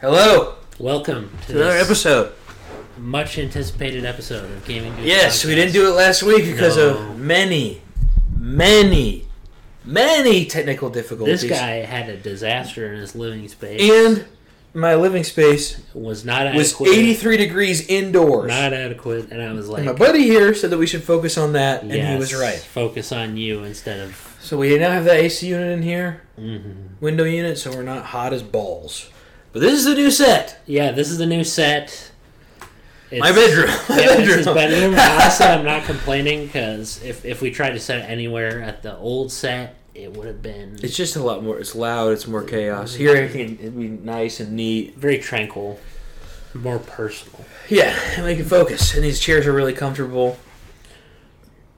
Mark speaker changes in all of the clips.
Speaker 1: Hello
Speaker 2: Welcome to
Speaker 1: to another
Speaker 2: this
Speaker 1: episode.
Speaker 2: much anticipated episode of Gaming Dudes.
Speaker 1: Yes, we didn't do it last week because
Speaker 2: No.
Speaker 1: of many, many, many technical difficulties.
Speaker 2: This guy had a disaster in his living space
Speaker 1: and my living space
Speaker 2: was not
Speaker 1: was
Speaker 2: adequate.
Speaker 1: 83 degrees indoors.
Speaker 2: Not adequate, and I was like,
Speaker 1: and my buddy here said that we should focus on that, and he
Speaker 2: yes,
Speaker 1: was right.
Speaker 2: Focus on you instead of.
Speaker 1: So we now have that AC unit in here,
Speaker 2: Mhm.
Speaker 1: window unit, so we're not hot as balls. But this is the new set.
Speaker 2: Yeah, this is the new set. It's,
Speaker 1: my bedroom. My
Speaker 2: Yeah,
Speaker 1: bedroom.
Speaker 2: this is bedroom. Honestly, I'm not complaining because if if we tried to set it anywhere at the old set, it would have been
Speaker 1: It's just a lot more. It's loud. It's more chaos. Here, everything it'd be nice and neat.
Speaker 2: very tranquil, more personal.
Speaker 1: Yeah, and we can focus. And these chairs are really comfortable.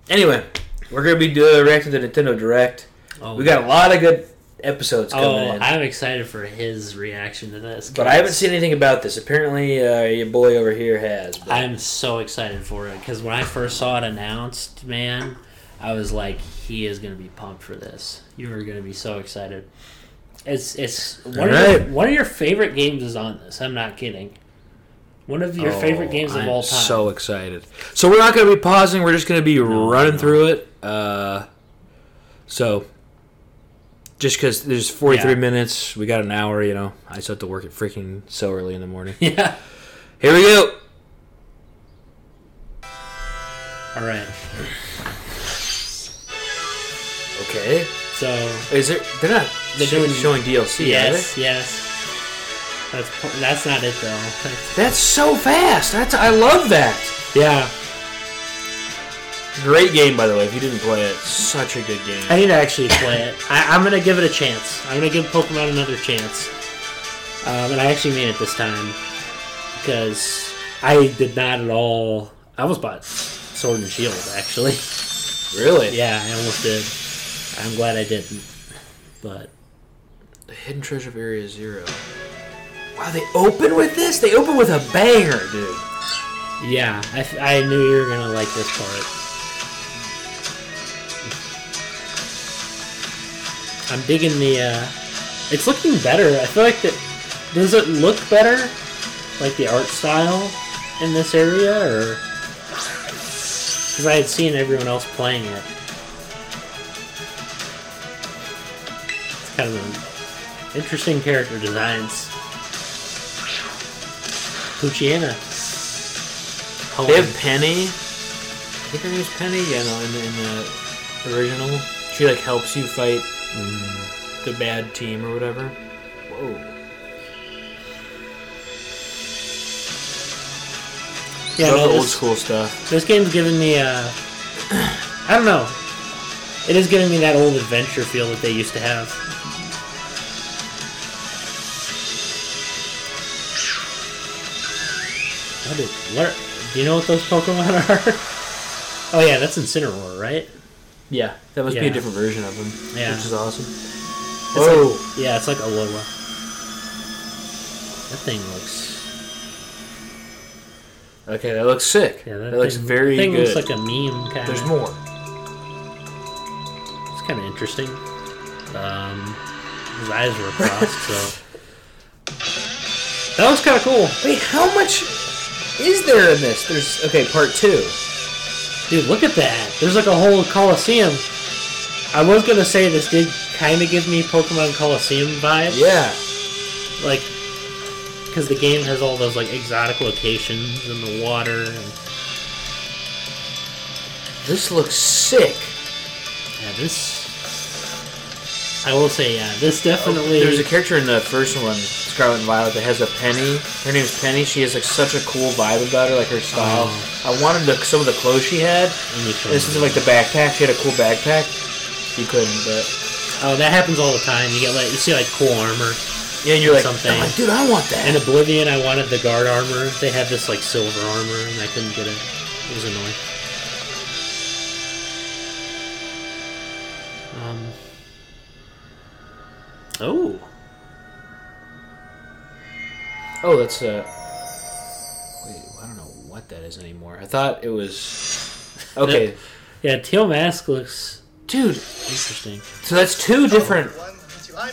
Speaker 1: Anyway, we're gonna be uh, reacting to Nintendo Direct.
Speaker 2: Oh,
Speaker 1: We got a lot of good episodes coming
Speaker 2: Oh,
Speaker 1: in,
Speaker 2: I'm excited for his reaction to this.
Speaker 1: but I haven't seen anything about this. Apparently, uh, your boy over here has. But
Speaker 2: I'm so excited for it because when I first saw it announced, man, I was like, he is going to be pumped for this. You are going to be so excited. It's it's one of your,
Speaker 1: Alright.
Speaker 2: one of your favorite games is on this. I'm not kidding. One of your favorite
Speaker 1: Oh,
Speaker 2: games of
Speaker 1: I'm
Speaker 2: all time.
Speaker 1: So excited! So we're not going to be pausing. We're just going to be running
Speaker 2: no.
Speaker 1: through it. Uh, so just because there's 43
Speaker 2: Yeah.
Speaker 1: minutes, we got an hour. You know, I still have to work at freaking so early in the morning.
Speaker 2: yeah.
Speaker 1: Here we go.
Speaker 2: All right.
Speaker 1: Okay,
Speaker 2: So
Speaker 1: is it? They're not
Speaker 2: They're
Speaker 1: sho-
Speaker 2: doing-
Speaker 1: showing DLC. Yes,
Speaker 2: yes, yes. That's po- that's not it though.
Speaker 1: that's so fast. That's I love that.
Speaker 2: yeah.
Speaker 1: Great game, by the way. If you didn't play it, such a good game.
Speaker 2: I need to actually play it. I, I'm gonna give it a chance. I'm gonna give Pokemon another chance. Um, and I actually mean it this time because I did not at all. I almost bought Sword and Shield actually.
Speaker 1: Really?
Speaker 2: Yeah, I almost did. I'm glad I didn't. But
Speaker 1: The Hidden Treasure of Area Zero. Wow, they open with this? They open with a banger, dude.
Speaker 2: yeah, I, f- I knew you were gonna like this part. I'm digging the. Uh, it's looking better. I feel like that. Does it look better? Like the art style in this area, or because I had seen everyone else playing it. It's kind of an interesting character designs. Puchiana. Home.
Speaker 1: They have Penny. I think her name's Penny. Yeah, no, in, the, in the original, she like helps you fight the bad team or whatever. Whoa!
Speaker 2: yeah,
Speaker 1: Love
Speaker 2: no,
Speaker 1: the old
Speaker 2: this-
Speaker 1: school stuff.
Speaker 2: This game's giving me uh I don't know. It is giving me that old adventure feel that they used to have. What is, what are- do you know what those Pokemon are? oh yeah, that's Incineroar, right?
Speaker 1: Yeah, that must be
Speaker 2: Yeah.
Speaker 1: a different version of them.
Speaker 2: Yeah.
Speaker 1: which is awesome.
Speaker 2: It's like-
Speaker 1: Oh,
Speaker 2: yeah, it's like Alola. That thing looks
Speaker 1: okay, that looks sick.
Speaker 2: yeah,
Speaker 1: that
Speaker 2: that,
Speaker 1: looks
Speaker 2: thing-
Speaker 1: very
Speaker 2: that thing
Speaker 1: good.
Speaker 2: looks like a meme kind
Speaker 1: There's
Speaker 2: of.
Speaker 1: more.
Speaker 2: It's kind of interesting. Um, his eyes were crossed, so that was kind of cool,
Speaker 1: Wait, how much is there in this? There's okay, part two.
Speaker 2: dude. Look at that. There's like a whole Coliseum. I was gonna say this did kind of give me Pokemon Coliseum vibes,
Speaker 1: Yeah,
Speaker 2: like because the game has all those like exotic locations in the water. And,
Speaker 1: this looks sick.
Speaker 2: yeah, this. I will say, yeah, this definitely.
Speaker 1: Oh, There's a character in the first one, Scarlet and Violet, that has a penny. Her name's Penny. She has like such a cool vibe about her, like her style.
Speaker 2: Oh.
Speaker 1: I wanted the, some of the clothes she had. This is like the backpack. She had a cool backpack. You couldn't, but
Speaker 2: oh, that happens all the time. You get like you see like cool armor.
Speaker 1: yeah, and you're like,
Speaker 2: Something.
Speaker 1: I'm like, dude, I want
Speaker 2: In
Speaker 1: that.
Speaker 2: Oblivion, I wanted the guard armor. They had this like silver armor, and I couldn't get it. It was annoying. Um. Oh,
Speaker 1: oh, that's uh. Wait, I don't know what that is anymore. I thought it was. Okay,
Speaker 2: yeah. Teal mask looks
Speaker 1: dude.
Speaker 2: interesting.
Speaker 1: So that's two different.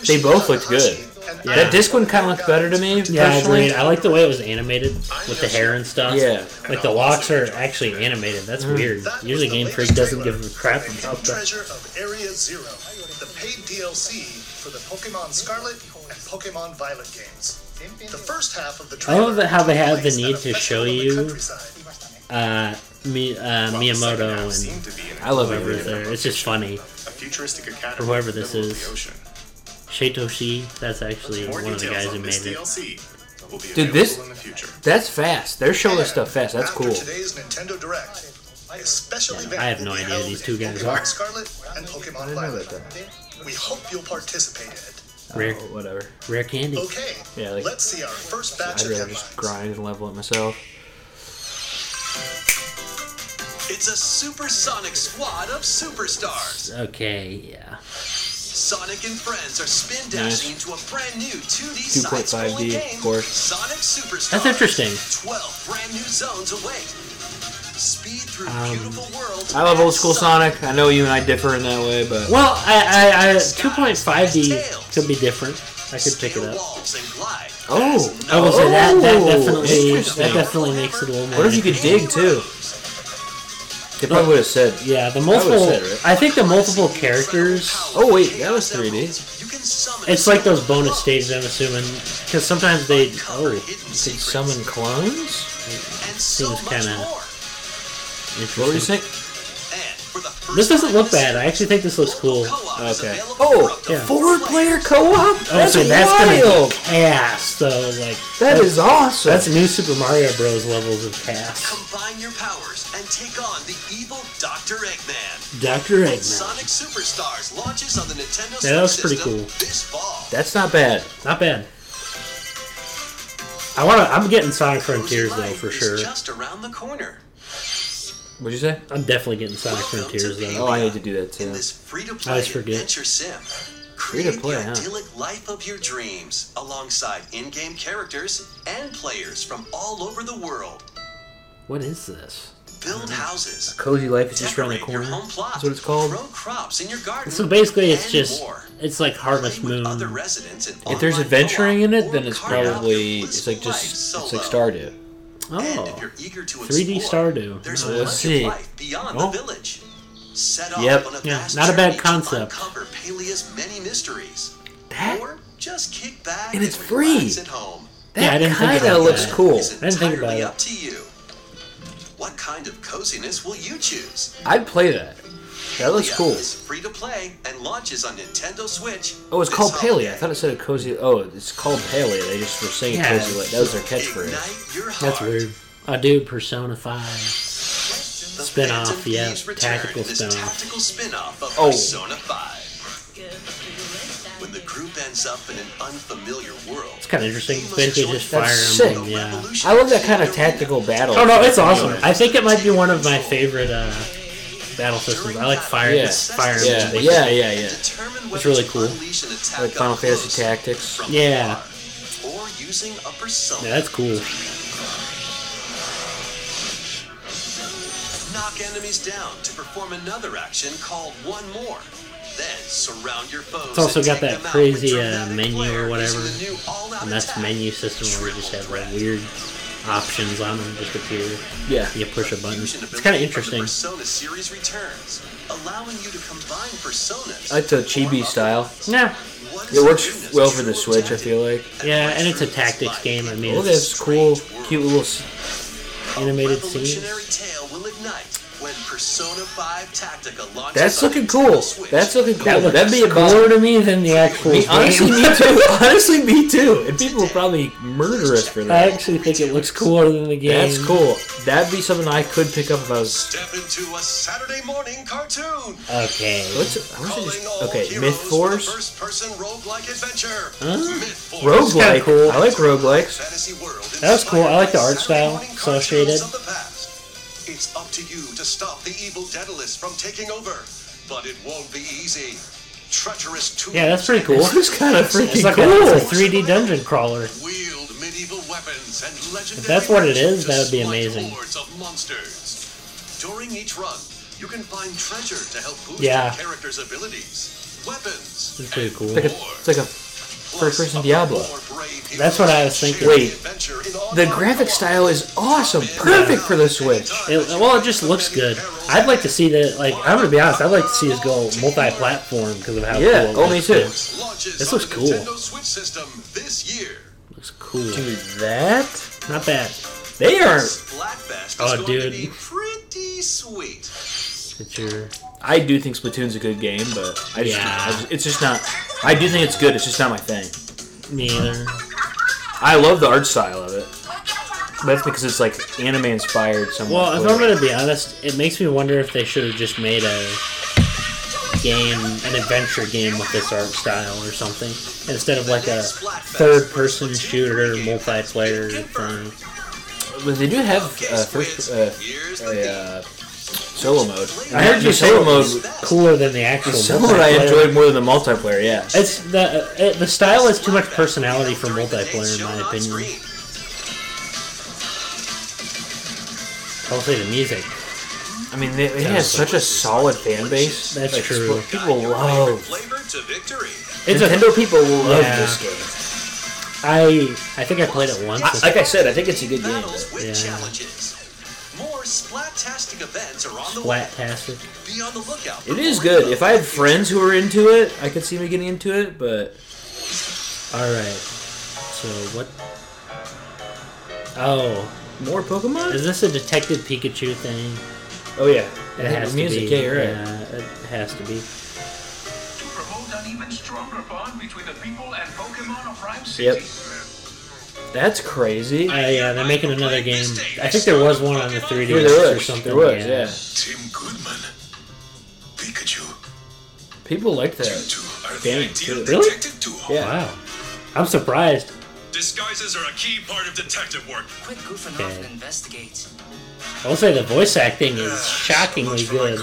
Speaker 3: They both looked good.
Speaker 2: Yeah.
Speaker 1: That disc one kind of looked better to me.
Speaker 2: Yeah, I
Speaker 1: personally.
Speaker 2: agree. I like the way it was animated with the hair and stuff.
Speaker 1: Yeah.
Speaker 2: Like the locks are actually animated. That's weird.
Speaker 3: That
Speaker 2: Usually
Speaker 3: was the
Speaker 2: Game Freak
Speaker 3: latest
Speaker 2: doesn't
Speaker 3: trailer
Speaker 2: give a crap
Speaker 3: for the
Speaker 2: about
Speaker 3: hidden
Speaker 2: that.
Speaker 3: treasure of Area Zero, the paid DLC for the Pokemon Scarlet and Pokemon Violet games. The first half of the
Speaker 2: I
Speaker 3: trailer
Speaker 2: love that how they have the
Speaker 3: takes place
Speaker 2: need
Speaker 3: at a
Speaker 2: to show
Speaker 3: festival in the
Speaker 2: you-
Speaker 3: countryside.
Speaker 2: Uh, Mi- uh,
Speaker 4: While the second half
Speaker 2: Miyamoto and
Speaker 4: seemed to be in a
Speaker 1: I love
Speaker 2: whoever
Speaker 1: everything.
Speaker 2: there. It's just funny.
Speaker 4: futuristic academy
Speaker 2: Or whoever
Speaker 4: in the
Speaker 2: this
Speaker 4: middle of
Speaker 2: is.
Speaker 4: the ocean.
Speaker 2: Shitoshi, that's actually
Speaker 4: More
Speaker 2: one of the
Speaker 4: details
Speaker 2: guys
Speaker 4: on
Speaker 2: who made
Speaker 4: this
Speaker 2: it.
Speaker 4: DLC will be
Speaker 1: Dude,
Speaker 4: available
Speaker 1: this-
Speaker 4: in the future.
Speaker 1: That's fast. They're showing us stuff fast. That's
Speaker 3: After
Speaker 1: cool.
Speaker 3: today's Nintendo Direct, a special
Speaker 2: Yeah,
Speaker 3: event
Speaker 2: I have
Speaker 3: will
Speaker 2: no
Speaker 3: be
Speaker 2: idea
Speaker 3: held
Speaker 2: these
Speaker 3: in
Speaker 2: two guys
Speaker 3: Pokemon
Speaker 2: are.
Speaker 3: Scarlet and Pokemon Violet. We hope you'll participate in it.
Speaker 2: Rare,
Speaker 1: Oh, whatever.
Speaker 2: rare candy.
Speaker 3: Okay,
Speaker 1: Yeah, like-
Speaker 3: let's see our first batch
Speaker 1: I'd
Speaker 3: of
Speaker 1: rather
Speaker 3: headlines.
Speaker 1: just grind and level it myself.
Speaker 5: It's a supersonic squad of superstars.
Speaker 4: Oh.
Speaker 2: Okay, yeah.
Speaker 5: Sonic and friends are spin dashing into a brand new 2D side-scrolling
Speaker 1: 2.5D, of
Speaker 5: game,
Speaker 1: course.
Speaker 5: Sonic Superstars.
Speaker 2: That's interesting.
Speaker 5: 12 brand new zones await. Speed through
Speaker 2: Um,
Speaker 5: beautiful worlds.
Speaker 1: I love old
Speaker 5: as
Speaker 1: school Sonic. I know you and I differ in that way, but
Speaker 2: Well, I, I, I 2.5D could be different. I could pick it
Speaker 5: Scale
Speaker 2: up.
Speaker 5: walls and glide.
Speaker 1: oh,
Speaker 2: I will say that that
Speaker 1: Oh,
Speaker 2: definitely
Speaker 1: interesting.
Speaker 2: that definitely makes it a little more.
Speaker 1: What if you could dig too? They probably would have said.
Speaker 2: Yeah, the multiple.
Speaker 1: said, right?
Speaker 2: I think the multiple characters.
Speaker 1: Oh wait, that was 3D.
Speaker 5: You can summon
Speaker 2: It's like those bonus stages, I'm assuming, because sometimes they. Oh,
Speaker 5: Cover hidden
Speaker 1: Did
Speaker 5: secrets
Speaker 1: summon clones?
Speaker 5: and so
Speaker 2: seems
Speaker 5: much
Speaker 2: kinda-
Speaker 5: more.
Speaker 1: What were you saying?
Speaker 2: interesting.
Speaker 5: And for the first
Speaker 2: This doesn't
Speaker 5: time
Speaker 2: look
Speaker 5: this
Speaker 2: bad. I actually think this looks cool.
Speaker 1: Okay.
Speaker 5: Oh,
Speaker 1: Oh,
Speaker 2: yeah.
Speaker 1: Four player co-op?
Speaker 2: Oh,
Speaker 1: That's
Speaker 2: so that's gonna
Speaker 1: wild.
Speaker 2: be chaos, though. Like
Speaker 1: That is awesome.
Speaker 2: that's new Super Mario Bros. levels of chaos.
Speaker 5: Combine your powers and take on the evil Dr. Eggman.
Speaker 2: Doctor Eggman,
Speaker 5: Sonic Superstars launches on the Nintendo Switch
Speaker 2: Yeah, that was pretty
Speaker 5: system
Speaker 2: cool.
Speaker 5: this fall.
Speaker 1: that's not bad.
Speaker 2: not bad. I want to. I'm getting Sonic Frontiers though for
Speaker 5: Is
Speaker 2: sure.
Speaker 5: Just around the corner.
Speaker 1: What'd you say?
Speaker 2: I'm definitely getting Sonic
Speaker 5: Welcome to
Speaker 2: Frontiers
Speaker 5: Baby.
Speaker 2: though.
Speaker 1: Oh, I need to do that
Speaker 5: In
Speaker 1: too.
Speaker 5: this free-to-play
Speaker 2: always forget.
Speaker 5: adventure sim,
Speaker 1: Free to
Speaker 5: create
Speaker 1: play,
Speaker 5: the
Speaker 1: huh?
Speaker 5: idyllic life of your dreams alongside in-game characters and players from all over the world.
Speaker 2: What is this?
Speaker 5: Build
Speaker 2: Mm-hmm.
Speaker 5: houses,
Speaker 1: Cozy life is just around the
Speaker 5: Decorate your
Speaker 1: corner.
Speaker 5: home plot.
Speaker 1: That's what it's called.
Speaker 5: Grow crops in your garden.
Speaker 2: So basically, it's
Speaker 5: and
Speaker 2: just
Speaker 5: more.
Speaker 2: it's like Harvest
Speaker 5: Play with
Speaker 2: Moon.
Speaker 5: other residents in
Speaker 1: If there's
Speaker 5: online
Speaker 1: adventuring in
Speaker 5: co-op
Speaker 1: it, then it's
Speaker 5: or carve out your
Speaker 1: probably it's
Speaker 5: blissful
Speaker 1: like
Speaker 5: life
Speaker 1: just it's like
Speaker 5: solo.
Speaker 1: Stardew.
Speaker 5: And if
Speaker 2: Oh,
Speaker 5: you're eager to
Speaker 2: 3D
Speaker 5: explore,
Speaker 2: Stardew.
Speaker 5: There's
Speaker 2: Oh,
Speaker 5: a
Speaker 2: let's
Speaker 5: wondrous
Speaker 1: see.
Speaker 5: life beyond
Speaker 1: Oh.
Speaker 5: the village. Set off
Speaker 1: Yep.
Speaker 5: on a
Speaker 2: Yeah,
Speaker 5: vast
Speaker 2: not a bad
Speaker 5: journey to
Speaker 2: concept.
Speaker 5: Uncover Peleus' many mysteries.
Speaker 1: That-
Speaker 5: or just kick back
Speaker 1: And it's
Speaker 5: relax
Speaker 1: free.
Speaker 5: At home.
Speaker 1: That
Speaker 2: Yeah, I didn't think
Speaker 1: kinda
Speaker 2: about
Speaker 1: looks
Speaker 2: that.
Speaker 1: cool.
Speaker 5: It's
Speaker 2: I didn't think about
Speaker 5: entirely
Speaker 2: it.
Speaker 5: up to you. What kind of coziness will you choose?
Speaker 1: I'd play that. That looks
Speaker 5: Palea
Speaker 1: cool.
Speaker 5: is free to play and launches on Nintendo Switch.
Speaker 1: Oh, it's
Speaker 5: this
Speaker 1: called
Speaker 5: holiday.
Speaker 1: Palea. I thought it said a cozy. Oh, it's called Palea. They just were saying
Speaker 2: Yeah.
Speaker 1: cozy life. That was their catchphrase.
Speaker 5: Ignite your heart.
Speaker 2: that's weird. I do Persona Five.
Speaker 5: The
Speaker 2: Spin-off,
Speaker 5: Phantom
Speaker 2: yeah,
Speaker 5: Thieves return,
Speaker 2: tactical
Speaker 5: this
Speaker 2: spin-off.
Speaker 5: tactical spin-off of
Speaker 1: Oh.
Speaker 5: Persona 5. When the group ends up in an unfamiliar world,
Speaker 2: It's kind of interesting.
Speaker 5: you
Speaker 2: It's
Speaker 5: must
Speaker 2: basically
Speaker 5: join
Speaker 2: just Fire
Speaker 1: That's
Speaker 2: Emblem.
Speaker 1: sick.
Speaker 2: Yeah.
Speaker 1: I love that kind of tactical battle.
Speaker 2: Oh no, it's awesome. I think it might be one of my favorite uh, battle systems. I like Fire.
Speaker 1: Yeah.
Speaker 2: it's Fire
Speaker 1: Yeah,
Speaker 2: Emblem.
Speaker 1: yeah, yeah, yeah.
Speaker 5: It's
Speaker 2: really cool.
Speaker 1: Like Final Fantasy Tactics.
Speaker 2: Yeah.
Speaker 5: Or using a persona.
Speaker 2: Yeah, that's cool.
Speaker 5: Knock enemies down to perform another action called one more. Then surround your foes.
Speaker 2: It's also
Speaker 5: and
Speaker 2: got
Speaker 5: take
Speaker 2: that
Speaker 5: them out
Speaker 2: crazy,
Speaker 5: with
Speaker 2: uh,
Speaker 5: dramatic
Speaker 2: menu or
Speaker 5: flair
Speaker 2: whatever.
Speaker 5: using the new all-out
Speaker 2: And that's the
Speaker 5: attack.
Speaker 2: menu system where you just have like
Speaker 5: Triple
Speaker 2: weird options on them just appear.
Speaker 1: Yeah.
Speaker 2: You push a button.
Speaker 5: Fusion
Speaker 2: It's kind
Speaker 5: ability
Speaker 2: of
Speaker 5: from
Speaker 2: interesting.
Speaker 5: The Persona series returns, allowing you to combine personas.
Speaker 1: I like the chibi style.
Speaker 2: Yeah.
Speaker 5: What is
Speaker 1: It
Speaker 5: the
Speaker 1: works
Speaker 5: newness
Speaker 1: well for the
Speaker 5: true
Speaker 1: Switch. I
Speaker 5: objective?
Speaker 1: feel like.
Speaker 2: Yeah, and it's a tactics game. I mean,
Speaker 1: Oh,
Speaker 2: it's
Speaker 1: that's cool. Cute little. s-
Speaker 2: animated
Speaker 5: Revolutionary
Speaker 2: scenes.
Speaker 5: tale will ignite when Persona 5 Tactica launches
Speaker 1: That's
Speaker 5: on
Speaker 1: looking
Speaker 5: Nintendo
Speaker 1: cool.
Speaker 5: Switch.
Speaker 1: That's looking cool.
Speaker 2: That would
Speaker 1: That'd be a
Speaker 2: cooler to me than the actual
Speaker 1: Me- honestly,
Speaker 2: game.
Speaker 1: me too. Honestly, me too. And people will probably murder us for
Speaker 2: I
Speaker 1: that.
Speaker 2: actually think it looks cooler than the game.
Speaker 1: That's cool. That'd be something I could pick up if I was.
Speaker 5: Step into a Saturday morning cartoon.
Speaker 2: Okay.
Speaker 1: What's, I was
Speaker 5: Calling
Speaker 1: just,
Speaker 5: all
Speaker 1: okay,
Speaker 5: heroes
Speaker 1: Myth
Speaker 5: for the
Speaker 1: Force,
Speaker 5: first-person roguelike adventure.
Speaker 2: Huh?
Speaker 5: Mythforce.
Speaker 2: kinda
Speaker 1: roguelike.
Speaker 2: cool.
Speaker 1: I like roguelikes.
Speaker 5: Fantasy world
Speaker 2: That was cool. I like the art
Speaker 5: inspired by
Speaker 2: style,
Speaker 5: Saturday morning
Speaker 2: so shaded.
Speaker 5: cartoons of the past. It's up to you to stop the evil Daedalus from taking over, but it won't be easy. Treacherous tools.
Speaker 2: Yeah, that's pretty cool.
Speaker 1: This is kind of
Speaker 2: It's
Speaker 1: freaking
Speaker 2: like a,
Speaker 1: cool.
Speaker 2: it's a 3D dungeon crawler.
Speaker 5: Wield medieval weapons and legendary
Speaker 2: that's what it
Speaker 5: magic
Speaker 2: is,
Speaker 5: to
Speaker 2: that would be
Speaker 5: smite
Speaker 2: amazing.
Speaker 5: hordes of monsters. During each run, you can find treasure to help boost
Speaker 2: Yeah.
Speaker 5: your character's abilities, weapons,
Speaker 2: That's pretty
Speaker 5: and
Speaker 2: cool.
Speaker 5: more.
Speaker 1: It's like a First person Diablo.
Speaker 2: That's what I was thinking.
Speaker 1: Wait. The graphic style is awesome, perfect for the Switch.
Speaker 2: It, well, it just looks good. I'd like to see that. Like, I'm gonna be honest. I'd like to see us go multi-platform because of how
Speaker 1: Yeah,
Speaker 2: cool.
Speaker 1: oh, me
Speaker 2: looks.
Speaker 1: too.
Speaker 5: This
Speaker 2: This looks cool.
Speaker 5: Nintendo Switch system this year.
Speaker 2: Looks cool.
Speaker 1: Dude, that
Speaker 2: Not bad.
Speaker 1: they are.
Speaker 5: Splatfest is
Speaker 2: Oh,
Speaker 5: going to
Speaker 2: dude.
Speaker 5: be pretty sweet.
Speaker 2: It's your-
Speaker 1: I do think Splatoon's a good game, but I just,
Speaker 2: Yeah.
Speaker 1: I just- it's just not. I do think it's good. It's just not my thing.
Speaker 2: me either.
Speaker 1: I love the art style of it. But that's because it's like anime inspired. Somewhat.
Speaker 2: Well, if I'm gonna be honest, it makes me wonder if they should have just made a game, an adventure game with this art style or something, instead of like a third-person shooter multiplayer thing.
Speaker 1: but they do have uh, first uh,
Speaker 5: Here's the
Speaker 1: a, uh, solo mode.
Speaker 2: I heard
Speaker 1: The
Speaker 2: you say
Speaker 1: solo
Speaker 2: it
Speaker 1: mode.
Speaker 2: was cooler than the actual.
Speaker 1: Solo mode I
Speaker 2: multiplayer.
Speaker 1: enjoyed more than the multiplayer. Yeah.
Speaker 2: It's the uh, it, the style has too much personality for multiplayer, in my opinion. Probably the music.
Speaker 1: I mean, they, it has such a solid fan base.
Speaker 2: That's
Speaker 1: Like,
Speaker 2: true.
Speaker 1: Spl- People love
Speaker 5: Flavor to victory.
Speaker 2: It's a,
Speaker 1: Nintendo. People love
Speaker 2: Yeah.
Speaker 1: this game.
Speaker 2: I I think I played it once.
Speaker 1: I, like I said, I think it's a good game.
Speaker 5: Battles
Speaker 1: but-
Speaker 5: with
Speaker 2: Yeah.
Speaker 5: challenges. More splattastic events are on the way.
Speaker 2: Flat-tastic.
Speaker 5: Be on the lookout.
Speaker 1: It is good. If I had friends who were into it, I could see me getting into it. But
Speaker 2: All right. So what? Oh,
Speaker 1: more Pokemon?
Speaker 2: is this a Detective Pikachu thing?
Speaker 1: Oh yeah,
Speaker 2: It has
Speaker 1: music.
Speaker 2: to be.
Speaker 1: Yeah, you're right.
Speaker 2: Yeah, it has to be.
Speaker 6: to promote an even stronger bond between the people and Pokemon of Rhyme City.
Speaker 1: Yep. That's crazy.
Speaker 2: Uh, yeah, they're making another game. I think there was one on the 3DS
Speaker 1: Yeah, there
Speaker 2: or
Speaker 1: was.
Speaker 2: something.
Speaker 1: There was. Yeah.
Speaker 6: Tim Goodman, Pikachu,
Speaker 1: People like that.
Speaker 6: two are
Speaker 1: the Damn, ideal really?
Speaker 2: Really?
Speaker 6: duo.
Speaker 1: Yeah.
Speaker 2: Wow. I'm surprised.
Speaker 6: Disguises are a key part of detective work.
Speaker 7: Quit goofing off and investigate.
Speaker 2: I'll say the voice acting
Speaker 6: Ah,
Speaker 2: is shockingly good.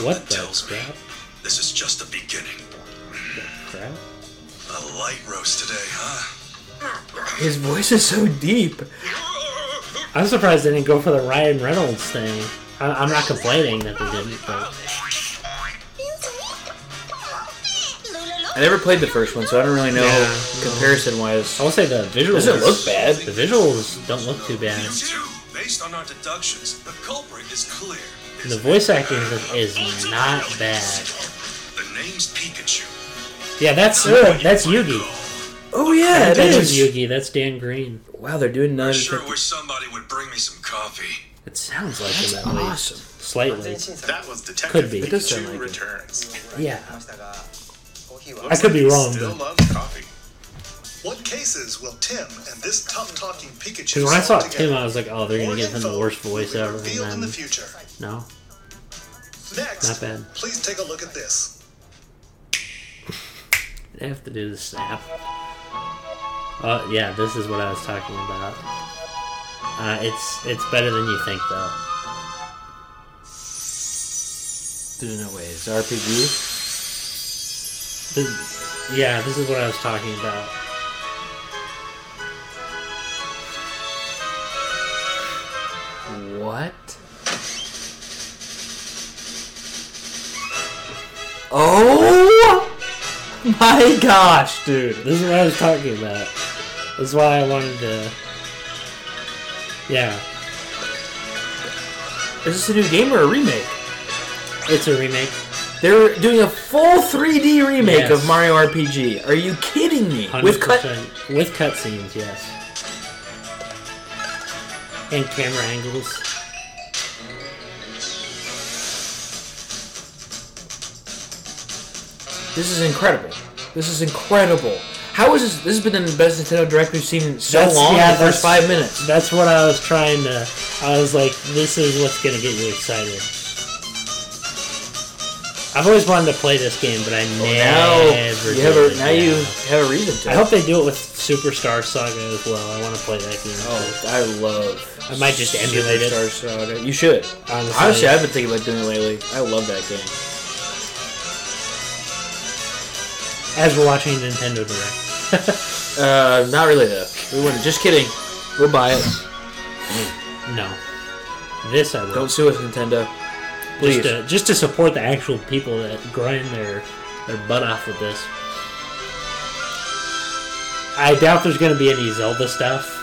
Speaker 2: What the
Speaker 6: tells me
Speaker 2: crap?
Speaker 6: this is just the beginning.
Speaker 2: Crap.
Speaker 6: A light roast today, huh?
Speaker 1: His voice is so deep.
Speaker 2: I'm surprised they didn't go for the Ryan Reynolds thing. I, I'm not complaining that they didn't, but
Speaker 1: I never played the first one, so I don't really know
Speaker 2: Yeah.
Speaker 1: comparison wise.
Speaker 2: I'll say the visuals.
Speaker 1: Does it look bad?
Speaker 2: The visuals don't look too bad.
Speaker 6: Two. Based on our deductions, the culprit is clear.
Speaker 2: The voice acting is, is not bad.
Speaker 6: The name's Pikachu.
Speaker 2: Yeah, that's uh, that's Yugi.
Speaker 1: Oh yeah, it
Speaker 2: That is
Speaker 1: is.
Speaker 2: Yugi. That's Dan Green.
Speaker 1: Wow, they're doing another.
Speaker 6: Sure wish somebody would bring me some coffee.
Speaker 2: It sounds like
Speaker 1: That's
Speaker 2: him at least.
Speaker 1: awesome.
Speaker 2: Slightly.
Speaker 4: That was detective.
Speaker 2: Could be.
Speaker 1: It does sound like it.
Speaker 4: returns.
Speaker 2: Yeah. I could be wrong,
Speaker 4: Still
Speaker 2: but
Speaker 4: loves coffee.
Speaker 3: What cases will Tim and this tough-talking Pikachu?
Speaker 2: because when I saw Tim,
Speaker 3: solve together?
Speaker 2: I was like, oh, they're gonna
Speaker 3: More
Speaker 2: give him the
Speaker 3: info
Speaker 2: worst
Speaker 3: will be
Speaker 2: voice ever. And
Speaker 3: revealed in the
Speaker 2: then
Speaker 3: future.
Speaker 2: no,
Speaker 3: Next,
Speaker 2: Not bad.
Speaker 3: Please take a look at this.
Speaker 2: they have to do the snap. Uh, yeah, this is what I was talking about. Uh, it's it's better than you think though.
Speaker 1: There's no way. It's RPG.
Speaker 2: The, yeah, this is what I was talking about.
Speaker 1: What? Oh my gosh, dude.
Speaker 2: This is what I was talking about. This is why I wanted to. Yeah,
Speaker 1: Is this a new game or a remake?
Speaker 2: it's a remake,
Speaker 1: They're doing a full 3D remake
Speaker 2: Yes.
Speaker 1: of Mario RPG. Are you kidding me? With cut.
Speaker 2: 100%. with cutscenes, yes, and camera angles.
Speaker 1: This is incredible. This is incredible. How is this? This has been the best Nintendo Direct we've seen in so
Speaker 2: That's-
Speaker 1: long.
Speaker 2: yeah,
Speaker 1: in the first
Speaker 2: that's-
Speaker 1: five minutes.
Speaker 2: That's what I was trying to. I was like, this is what's gonna get you excited. I've always wanted to play this game, but I never.
Speaker 1: now Oh, you have
Speaker 2: did.
Speaker 1: a now
Speaker 2: Yeah.
Speaker 1: you have a reason to.
Speaker 2: I hope they do it with Superstar Saga as well. I want to play that game.
Speaker 1: Oh, I love.
Speaker 2: I might just emulate it.
Speaker 1: Superstar Saga. You should.
Speaker 2: Honestly.
Speaker 1: Honestly, I've been thinking about doing it lately. I love that game.
Speaker 2: As we're watching Nintendo Direct.
Speaker 1: Uh, not really though. We wouldn't. Just kidding. We'll buy it.
Speaker 2: No. This I will.
Speaker 1: Don't sue us, Nintendo. Please.
Speaker 2: Just to, just to support the actual people that grind their, their butt off with this. I doubt there's going to be any Zelda stuff.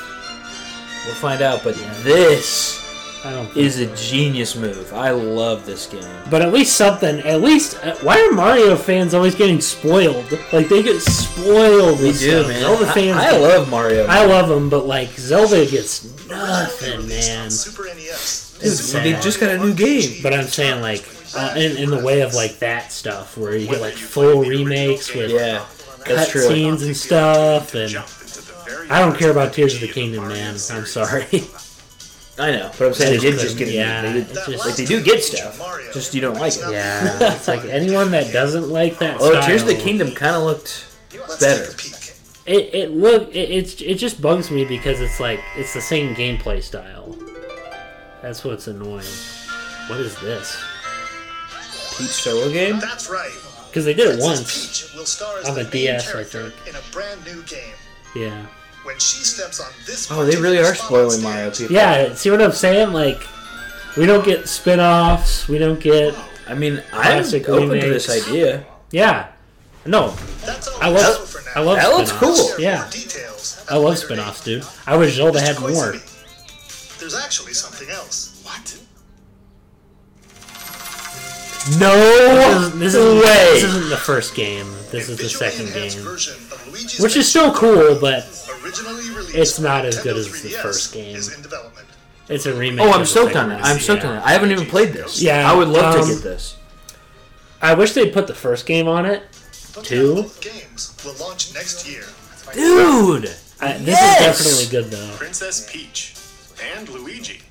Speaker 1: We'll find out, but this
Speaker 2: I don't. Think
Speaker 1: is a genius move. I love this game.
Speaker 2: But at least something. At least, uh, why are Mario fans always getting spoiled? Like they get spoiled.
Speaker 1: They
Speaker 2: with
Speaker 1: do,
Speaker 2: stuff.
Speaker 1: man.
Speaker 2: Zelda
Speaker 1: I-
Speaker 2: fans.
Speaker 1: I,
Speaker 2: get-
Speaker 1: love Mario.
Speaker 2: I love them, but like Zelda gets nothing,
Speaker 3: Released on
Speaker 2: man.
Speaker 3: Super E NES.
Speaker 1: Dude,
Speaker 2: It's
Speaker 1: they
Speaker 2: sad.
Speaker 1: just got a new game.
Speaker 2: But I'm saying like uh, in, in the way of like that stuff where you get like full remakes with
Speaker 1: Yeah, that's true.
Speaker 2: cutscenes and stuff, and
Speaker 4: into the very
Speaker 2: I don't care about Tears of the Kingdom, man. I'm sorry.
Speaker 1: I know, but I'm saying they
Speaker 2: They
Speaker 1: did just get a
Speaker 2: yeah,
Speaker 1: new. They did,
Speaker 2: it's just-
Speaker 1: like they do get stuff. Just you don't like it.
Speaker 2: Yeah, it's like anyone that doesn't like that.
Speaker 1: Although Oh, Tears of the
Speaker 2: style-
Speaker 1: Kingdom kind of looked
Speaker 3: Let's
Speaker 1: better.
Speaker 3: take a peek.
Speaker 2: It, it look it, it's it just bugs me because it's like it's the same gameplay style. That's what's annoying. What is this?
Speaker 1: Peach solo game.
Speaker 3: That's right.
Speaker 2: Because they did it
Speaker 3: Princess
Speaker 2: once.
Speaker 3: Peach will star as
Speaker 2: On
Speaker 3: the
Speaker 2: the
Speaker 3: main
Speaker 2: DS, I
Speaker 3: character
Speaker 2: think.
Speaker 3: in a brand new game.
Speaker 2: Yeah.
Speaker 3: When she steps on this
Speaker 1: Oh, they really are
Speaker 3: particular spot on
Speaker 1: spoiling Mario.
Speaker 3: stage,
Speaker 1: People.
Speaker 2: Yeah. See what I'm saying? Like, we don't get spin-offs. We don't get.
Speaker 1: I mean, I'm
Speaker 2: Classic
Speaker 1: open to
Speaker 2: remakes.
Speaker 1: this idea.
Speaker 2: Yeah. No,
Speaker 3: That's all
Speaker 2: I
Speaker 3: we know
Speaker 2: love.
Speaker 3: for now.
Speaker 2: I love.
Speaker 1: That looks
Speaker 2: spin-offs.
Speaker 1: cool.
Speaker 3: Share more
Speaker 2: Yeah.
Speaker 3: Details
Speaker 2: I love spin-offs, dude. I wish Zelda had more.
Speaker 3: There's actually something else.
Speaker 4: What?
Speaker 1: No
Speaker 2: This, is, this, isn't, this
Speaker 1: way.
Speaker 2: isn't the first game. This is the
Speaker 3: Visually
Speaker 2: second
Speaker 3: enhanced
Speaker 2: game,
Speaker 3: version of Luigi's
Speaker 2: which is still cool, but
Speaker 3: Mansion, originally released
Speaker 2: it's not
Speaker 3: on
Speaker 2: as good
Speaker 3: Nintendo
Speaker 2: as the
Speaker 3: 3DS,
Speaker 2: first game.
Speaker 3: Is in development.
Speaker 2: it's a remake.
Speaker 1: Oh,
Speaker 2: of
Speaker 1: I'm
Speaker 2: the
Speaker 1: stoked on
Speaker 2: second
Speaker 1: it.
Speaker 2: one.
Speaker 1: I'm stoked
Speaker 2: Yeah.
Speaker 1: on it. I haven't even played this.
Speaker 2: Yeah,
Speaker 1: I would love
Speaker 2: um,
Speaker 1: to get this.
Speaker 2: I wish they'd put the first game on it.
Speaker 3: Pokemon
Speaker 2: Two?
Speaker 3: Both games will launch next year.
Speaker 1: Dude,
Speaker 2: I, this
Speaker 1: Yes!
Speaker 2: is definitely good though.
Speaker 4: Princess Peach and Luigi.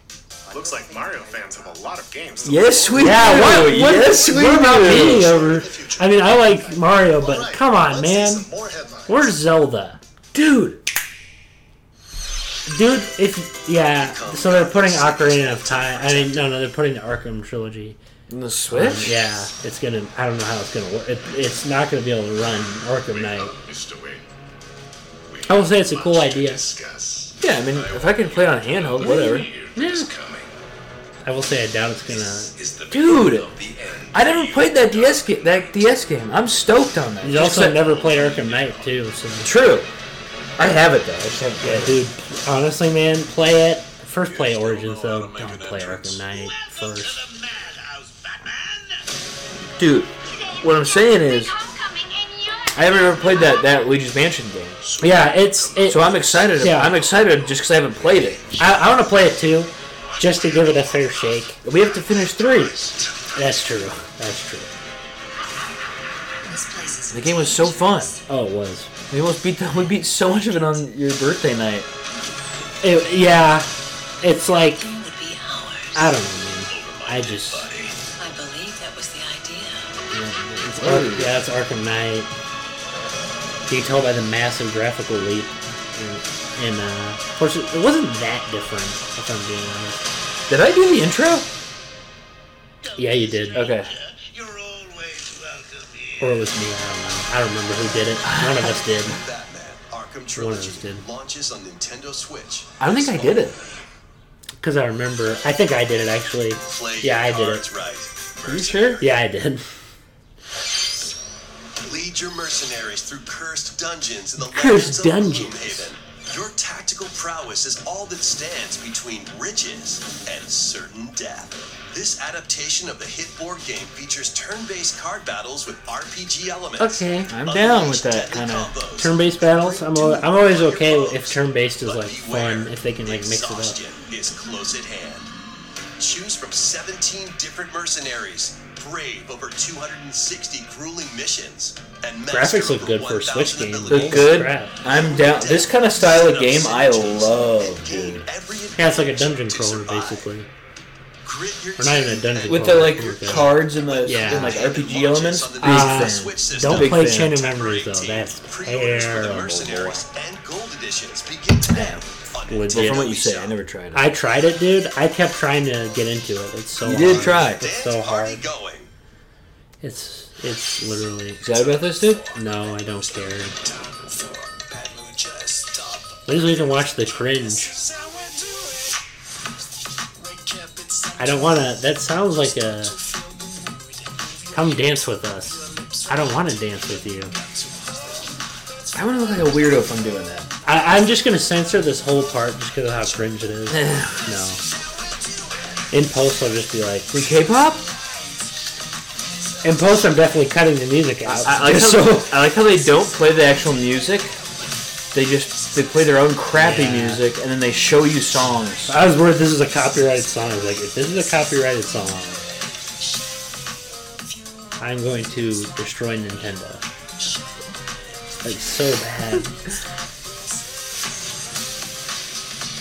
Speaker 4: Looks like Mario fans have a lot of games. To
Speaker 1: yes we
Speaker 2: Yeah,
Speaker 1: do.
Speaker 2: what- what-
Speaker 1: Oh, yes we
Speaker 2: What about
Speaker 1: do.
Speaker 2: being over? I mean, I like Mario, but
Speaker 3: Alright,
Speaker 2: come on,
Speaker 3: let's see
Speaker 2: man.
Speaker 3: some more headlines.
Speaker 2: Where's Zelda?
Speaker 1: Dude,
Speaker 2: Dude, if yeah, so they're putting Ocarina of Time. I mean, no, no, they're putting the Arkham trilogy.
Speaker 1: in the Switch.
Speaker 2: Yeah, it's gonna. I don't know how it's gonna work. It, it's not gonna be able to run Arkham Knight.
Speaker 4: Mr. Wade. We
Speaker 2: I will say it's a cool idea.
Speaker 4: discuss.
Speaker 1: Yeah, I mean, if I can play it on handheld, whatever.
Speaker 2: Yeah. I will say I doubt it's gonna.
Speaker 4: Is the
Speaker 1: Dude,
Speaker 4: the end.
Speaker 1: I never played that DS game. That DS game. I'm stoked on that.
Speaker 2: You
Speaker 1: Just
Speaker 2: also
Speaker 1: that-
Speaker 2: never played Arkham Knight too, so
Speaker 1: True. I have it though. I just haven't played
Speaker 2: yeah,
Speaker 1: it.
Speaker 2: dude. Honestly, man, play it. First play Origins though. Don't play Arkham Knight first.
Speaker 1: Dude, what I'm saying is, I haven't ever played that that Luigi's Mansion game.
Speaker 2: Yeah, it's it.
Speaker 1: So I'm excited.
Speaker 2: Yeah.
Speaker 1: I'm excited just because I haven't played it.
Speaker 2: I, I want to play it too, just to give it a fair shake.
Speaker 1: We have to finish three.
Speaker 2: That's true. That's true.
Speaker 7: This place is
Speaker 1: The game was so fun.
Speaker 2: Oh, it was.
Speaker 1: We almost beat the, we beat so much of it on your birthday night.
Speaker 2: It, yeah, it's like
Speaker 7: It would be ours.
Speaker 2: I don't know, man. I just
Speaker 7: I believe that was the idea.
Speaker 2: it's Ar- Oh, yeah, it's Arkham Knight. You can tell by the massive graphical leap, and, and uh, of course, it, it wasn't that different. If I'm being honest.
Speaker 1: Did I do the intro?
Speaker 2: Yeah, you did.
Speaker 1: Okay.
Speaker 2: Or it was me. I don't know. I don't remember who did it. One of us did.
Speaker 5: Batman Arkham
Speaker 2: us
Speaker 5: Trilogy
Speaker 2: did.
Speaker 5: launches on Nintendo Switch.
Speaker 1: I don't think I did it.
Speaker 2: Cause I remember. I think I did it actually.
Speaker 5: Play
Speaker 2: Yeah, I
Speaker 5: your
Speaker 2: did
Speaker 5: cards
Speaker 2: it.
Speaker 5: right.
Speaker 1: you sure?
Speaker 2: Yeah, I did.
Speaker 5: Lead your mercenaries through cursed dungeons in the
Speaker 2: Cursed
Speaker 5: lands
Speaker 2: dungeons.
Speaker 5: of Gloomhaven. Your tactical prowess is all that stands between riches and certain death. This adaptation of the hit board game features turn-based card battles with RPG elements.
Speaker 2: Okay.
Speaker 1: I'm down with that kind of.
Speaker 2: Turn-based battles. I'm al- I'm always okay if turn-based is like fun if they can like mix it up.
Speaker 5: Is close at hand. Choose from 17 different mercenaries, brave over 260 grueling missions, and master
Speaker 2: Graphics look
Speaker 5: over
Speaker 2: good for a Switch
Speaker 5: 1,000
Speaker 2: game.
Speaker 5: abilities.
Speaker 1: Look good.
Speaker 2: Crap.
Speaker 1: I'm down. This kind of style of game I love, dude.
Speaker 5: Yeah,
Speaker 2: Yeah, it's like a dungeon crawler basically.
Speaker 5: Or
Speaker 2: Or not even a dungeon
Speaker 1: With the
Speaker 2: crawler.
Speaker 1: like
Speaker 2: Okay.
Speaker 1: cards and the
Speaker 2: Yeah.
Speaker 1: and, like RPG elements. Big
Speaker 2: Uh,
Speaker 1: fan.
Speaker 2: Don't
Speaker 1: Big
Speaker 2: play
Speaker 1: fan.
Speaker 2: Chain of Memories though. That's terrible.
Speaker 5: and gold editions begin today on
Speaker 2: Legit.
Speaker 5: Nintendo
Speaker 1: Well, from what you say,
Speaker 5: eShop.
Speaker 1: I never tried it.
Speaker 2: I tried it, dude. I kept trying to get into it. It's so
Speaker 1: You did
Speaker 2: hard.
Speaker 1: try.
Speaker 2: It's so
Speaker 5: Dance party
Speaker 2: hard.
Speaker 5: going.
Speaker 2: It's it's literally
Speaker 1: Is that about this, dude?
Speaker 2: no. I don't care. At least we can watch the cringe. I don't want to. That sounds like a. Come dance with us. I don't want to dance with you.
Speaker 1: I want to look like a weirdo if I'm doing that.
Speaker 2: I, I'm just gonna censor this whole part just because of how cringe it is. no. In post, I'll just be like,
Speaker 1: We K-pop?
Speaker 2: in post, I'm definitely cutting the music out.
Speaker 1: I, I like how,
Speaker 2: just so
Speaker 1: I like how they don't play the actual music. They just they play their own crappy
Speaker 2: Yeah.
Speaker 1: music and then they show you songs.
Speaker 2: I was worried this is a copyrighted song. I was like, if this is a copyrighted song, I'm going to destroy Nintendo. Like so bad.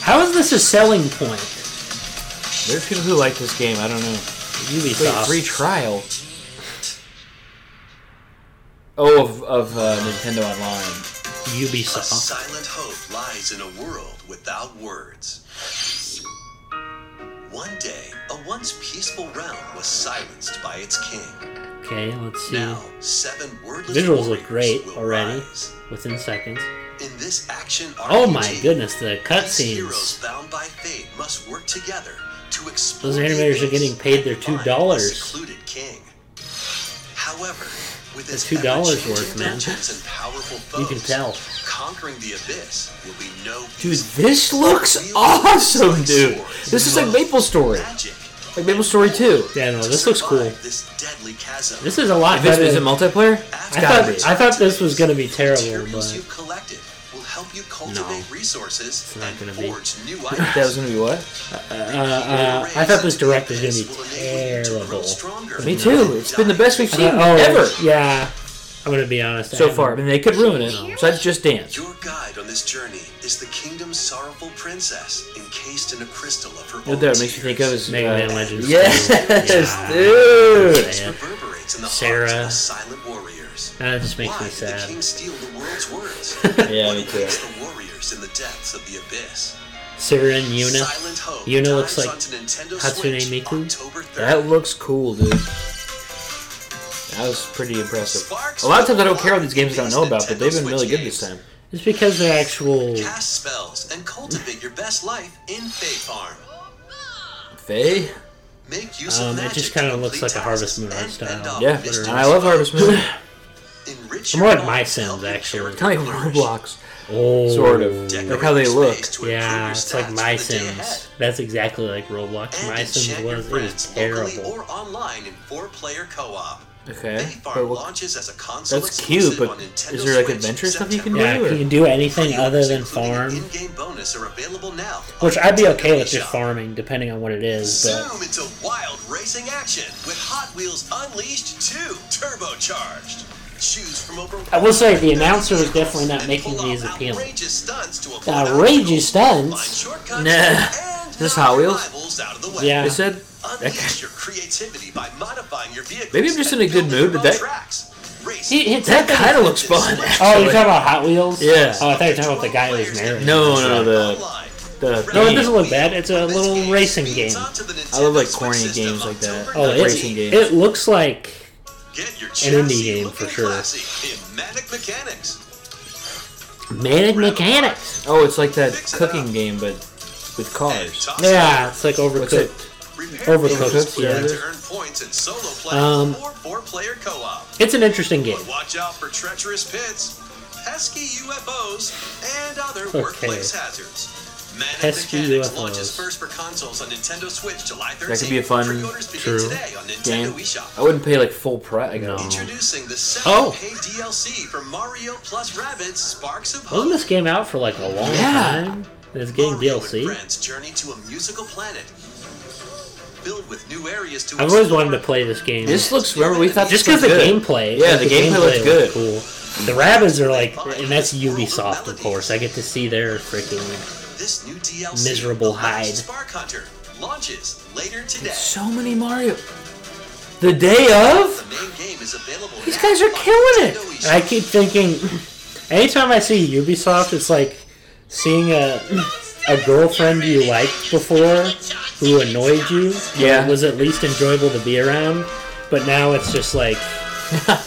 Speaker 2: How is this a selling point?
Speaker 1: There's people who like this game. I don't know. Wait,
Speaker 2: Ubisoft.
Speaker 1: free trial. Oh, of, of uh, Nintendo Online.
Speaker 5: A
Speaker 2: Ubisoft.
Speaker 5: silent hope lies in a world without words. One day, a once peaceful realm was silenced by its king.
Speaker 2: Okay, let's see.
Speaker 5: Now, seven wordless
Speaker 2: Visuals
Speaker 5: warriors
Speaker 2: look great
Speaker 5: will
Speaker 2: already.
Speaker 5: rise.
Speaker 2: Within seconds.
Speaker 5: In this action RPG,
Speaker 2: Oh my goodness, the
Speaker 5: these heroes
Speaker 2: cutscenes.
Speaker 5: bound by fate must work together to explore
Speaker 2: Those
Speaker 5: the
Speaker 2: animators are
Speaker 5: abyss
Speaker 2: getting paid their
Speaker 5: and find the
Speaker 2: $2.
Speaker 5: secluded king. However, with its
Speaker 2: $2
Speaker 5: ever-changing
Speaker 2: worth, man.
Speaker 5: dungeons and powerful foes,
Speaker 2: You can tell.
Speaker 5: Conquering the abyss will be no
Speaker 1: Dude, this looks awesome, dude. This is like Maple Story,
Speaker 5: magic.
Speaker 1: like Maple Story Two.
Speaker 2: Yeah, no, Oh,
Speaker 5: To
Speaker 2: this looks cool.
Speaker 5: survive This deadly chasm.
Speaker 2: This is a lot
Speaker 1: If it's,
Speaker 2: better.
Speaker 1: is it multiplayer?
Speaker 5: After
Speaker 2: I
Speaker 1: gotta
Speaker 2: thought,
Speaker 1: be.
Speaker 2: I thought this was gonna be terrible,
Speaker 5: materials
Speaker 2: but
Speaker 5: you've collected will help you cultivate resources
Speaker 2: not
Speaker 5: and
Speaker 2: gonna be.
Speaker 5: forge new
Speaker 1: That was
Speaker 5: items.
Speaker 1: gonna be what?
Speaker 2: uh, uh, I thought this direct was gonna be terrible.
Speaker 1: Me too. It's been the best we've seen
Speaker 2: Uh, oh,
Speaker 1: ever
Speaker 2: Yeah, I'm gonna be honest. I
Speaker 1: so
Speaker 2: haven't-
Speaker 1: far. I mean, they could ruin it. Besides Just Dance.
Speaker 5: Your guide on this journey is the kingdom's sorrowful princess, encased in a crystal of her
Speaker 1: What
Speaker 5: own
Speaker 1: that makes me think of
Speaker 5: tears.
Speaker 1: is
Speaker 2: Mega
Speaker 1: uh,
Speaker 2: Man Legends.
Speaker 1: Yes,
Speaker 2: Yeah.
Speaker 1: dude.
Speaker 5: This
Speaker 2: Yeah.
Speaker 5: reverberates in the
Speaker 2: Sarah.
Speaker 5: hearts of the silent warriors.
Speaker 2: That just makes
Speaker 5: Why
Speaker 2: me
Speaker 5: did the
Speaker 2: sad.
Speaker 5: king steal the world's words?
Speaker 1: Yeah,
Speaker 5: What
Speaker 1: me too.
Speaker 5: awaits the warriors in the depths of the abyss?
Speaker 2: Sarah and Yuna.
Speaker 5: Silent Hope
Speaker 2: Yuna looks
Speaker 5: dives
Speaker 2: like
Speaker 5: onto Nintendo
Speaker 2: Hatsune
Speaker 5: Switch
Speaker 2: Miku.
Speaker 5: October 3rd.
Speaker 1: That looks cool, dude. That was pretty impressive.
Speaker 5: Sparks
Speaker 1: A lot of
Speaker 5: will
Speaker 1: times I don't care
Speaker 5: fly
Speaker 1: what these games I don't know
Speaker 5: these
Speaker 1: about, but they've been
Speaker 5: Nintendo
Speaker 1: really
Speaker 5: Switch
Speaker 1: good this
Speaker 5: games.
Speaker 1: time.
Speaker 2: It's because they're actual.
Speaker 5: Cast spells and cultivate your best life in Fae Farm.
Speaker 1: Faye?
Speaker 5: Make use
Speaker 2: Um,
Speaker 5: of
Speaker 2: it
Speaker 5: magic
Speaker 2: just kinda
Speaker 5: to
Speaker 2: looks
Speaker 5: complete
Speaker 2: like a Harvest
Speaker 5: tasks
Speaker 2: Moon art
Speaker 5: and
Speaker 2: style.
Speaker 5: fend off
Speaker 1: Yeah,
Speaker 5: mischief.
Speaker 1: and I love Harvest Moon.
Speaker 5: Enrich
Speaker 2: More
Speaker 5: your
Speaker 2: like My
Speaker 5: life,
Speaker 2: Sims,
Speaker 5: help your
Speaker 2: actually.
Speaker 5: character
Speaker 1: Kind of like
Speaker 5: flourish.
Speaker 1: Roblox,
Speaker 2: Oh,
Speaker 1: sort of.
Speaker 5: Decorate
Speaker 1: Like how they
Speaker 5: your
Speaker 1: look.
Speaker 5: space to improve
Speaker 2: Yeah,
Speaker 5: your
Speaker 2: it's like
Speaker 5: stats
Speaker 2: My
Speaker 5: for the day ahead.
Speaker 2: Sims. That's exactly like Roblox.
Speaker 5: And
Speaker 2: My Sims
Speaker 5: enchant your
Speaker 2: was it was
Speaker 5: friends locally
Speaker 2: terrible.
Speaker 5: or online in four-player co-op.
Speaker 1: Okay,
Speaker 5: Fae Farm
Speaker 1: but what-
Speaker 5: launches as a console
Speaker 1: That's cute,
Speaker 5: exclusive
Speaker 1: but
Speaker 5: on Nintendo
Speaker 1: is there, like,
Speaker 5: Switch
Speaker 1: adventure
Speaker 5: in
Speaker 1: stuff you can
Speaker 5: September.
Speaker 2: Yeah,
Speaker 1: Really?
Speaker 2: can you do anything other
Speaker 5: Pre-orders
Speaker 2: than
Speaker 5: including an
Speaker 2: farm?
Speaker 5: In-game bonus are available now.
Speaker 2: Which
Speaker 5: on
Speaker 2: I'd be
Speaker 5: Nintendo
Speaker 2: okay with just
Speaker 5: eShop.
Speaker 2: farming, depending on what it is. But
Speaker 5: Zoom into wild racing action with Hot Wheels Unleashed 2 Turbocharged. Choose from over.
Speaker 2: I will say the announcer was definitely not making these appealing.
Speaker 5: Outrageous stunts to avoid
Speaker 2: Outrageous stunts?
Speaker 5: obstacles, find shortcuts,
Speaker 1: Nah.
Speaker 5: and
Speaker 1: Is this
Speaker 5: knock
Speaker 1: Hot Wheels?
Speaker 5: rivals out of the way.
Speaker 2: yeah,
Speaker 1: They said
Speaker 5: Unleash your creativity by modifying your vehicle.
Speaker 1: Maybe I'm just in a good mood, but that-
Speaker 5: Race
Speaker 2: He- he-
Speaker 1: that kind of looks fun.
Speaker 2: Oh, you're talking about Hot Wheels?
Speaker 1: Yeah.
Speaker 2: Oh, I thought you were talking about the guy who was married.
Speaker 1: No, no, the the
Speaker 2: No, it
Speaker 1: thing.
Speaker 2: doesn't look bad. It's a little racing game.
Speaker 5: I
Speaker 1: I love, like, corny games like that.
Speaker 2: Oh,
Speaker 1: Like
Speaker 2: it's,
Speaker 1: racing games.
Speaker 2: it looks like
Speaker 5: Get your
Speaker 2: indie
Speaker 5: chassis
Speaker 2: game for
Speaker 5: looking
Speaker 2: sure.
Speaker 5: classy in Manic Mechanics.
Speaker 2: Manic Mechanics.
Speaker 1: Oh, it's like that
Speaker 5: Fix it
Speaker 1: cooking
Speaker 5: up.
Speaker 1: game, but with
Speaker 2: Oh,
Speaker 5: And
Speaker 1: cars.
Speaker 5: Top
Speaker 2: Yeah, it's like
Speaker 1: What's it?
Speaker 2: Overcooked.
Speaker 5: Repair
Speaker 2: Overcooked,
Speaker 5: vehicles
Speaker 1: yeah.
Speaker 5: to earn points in solo play
Speaker 2: Um,
Speaker 5: or four-player co-op.
Speaker 2: It's an interesting game.
Speaker 5: But watch out for treacherous pits, pesky UFOs, and other
Speaker 2: Okay.
Speaker 5: workplace hazards. Man of
Speaker 2: Pesky
Speaker 5: Mechanics
Speaker 2: UFOs.
Speaker 5: launches first for consoles on Nintendo Switch July 13th.
Speaker 1: That could be a fun-
Speaker 5: Pre-orders begin
Speaker 2: true
Speaker 5: today on Nintendo
Speaker 1: Game. I
Speaker 5: eShop.
Speaker 1: wouldn't pay like full price.
Speaker 2: No.
Speaker 5: Introducing the second
Speaker 2: Oh.
Speaker 5: pay DLC for Mario plus Rabbids Sparks of Hope.
Speaker 2: Wasn't this game out for like a long
Speaker 1: Yeah.
Speaker 2: time? And it's getting
Speaker 5: Mario and
Speaker 2: DLC.
Speaker 5: friends journey to a musical planet filled with new areas to
Speaker 2: I've always wanted to
Speaker 5: explore.
Speaker 2: play this game.
Speaker 1: This looks. Remember, we thought
Speaker 2: just
Speaker 1: this
Speaker 2: because the
Speaker 1: was good.
Speaker 2: gameplay.
Speaker 1: Yeah,
Speaker 2: like,
Speaker 1: the gameplay looked good.
Speaker 2: Cool. The rabbits are like, and that's Ubisoft, of course. I get to see their freaking.
Speaker 5: This new DLC,
Speaker 2: Miserable
Speaker 5: The Last
Speaker 2: hide.
Speaker 5: Spark Hunter launches later today.
Speaker 1: So many Mario. The day of.
Speaker 5: The main game is available.
Speaker 1: These
Speaker 5: now
Speaker 1: guys are
Speaker 5: on
Speaker 1: killing it.
Speaker 5: Nintendo eShop.
Speaker 2: And I keep thinking, anytime I see Ubisoft, it's like seeing a a girlfriend you liked before who annoyed you. but
Speaker 1: Yeah.
Speaker 2: was at least enjoyable to be around. But now it's just like.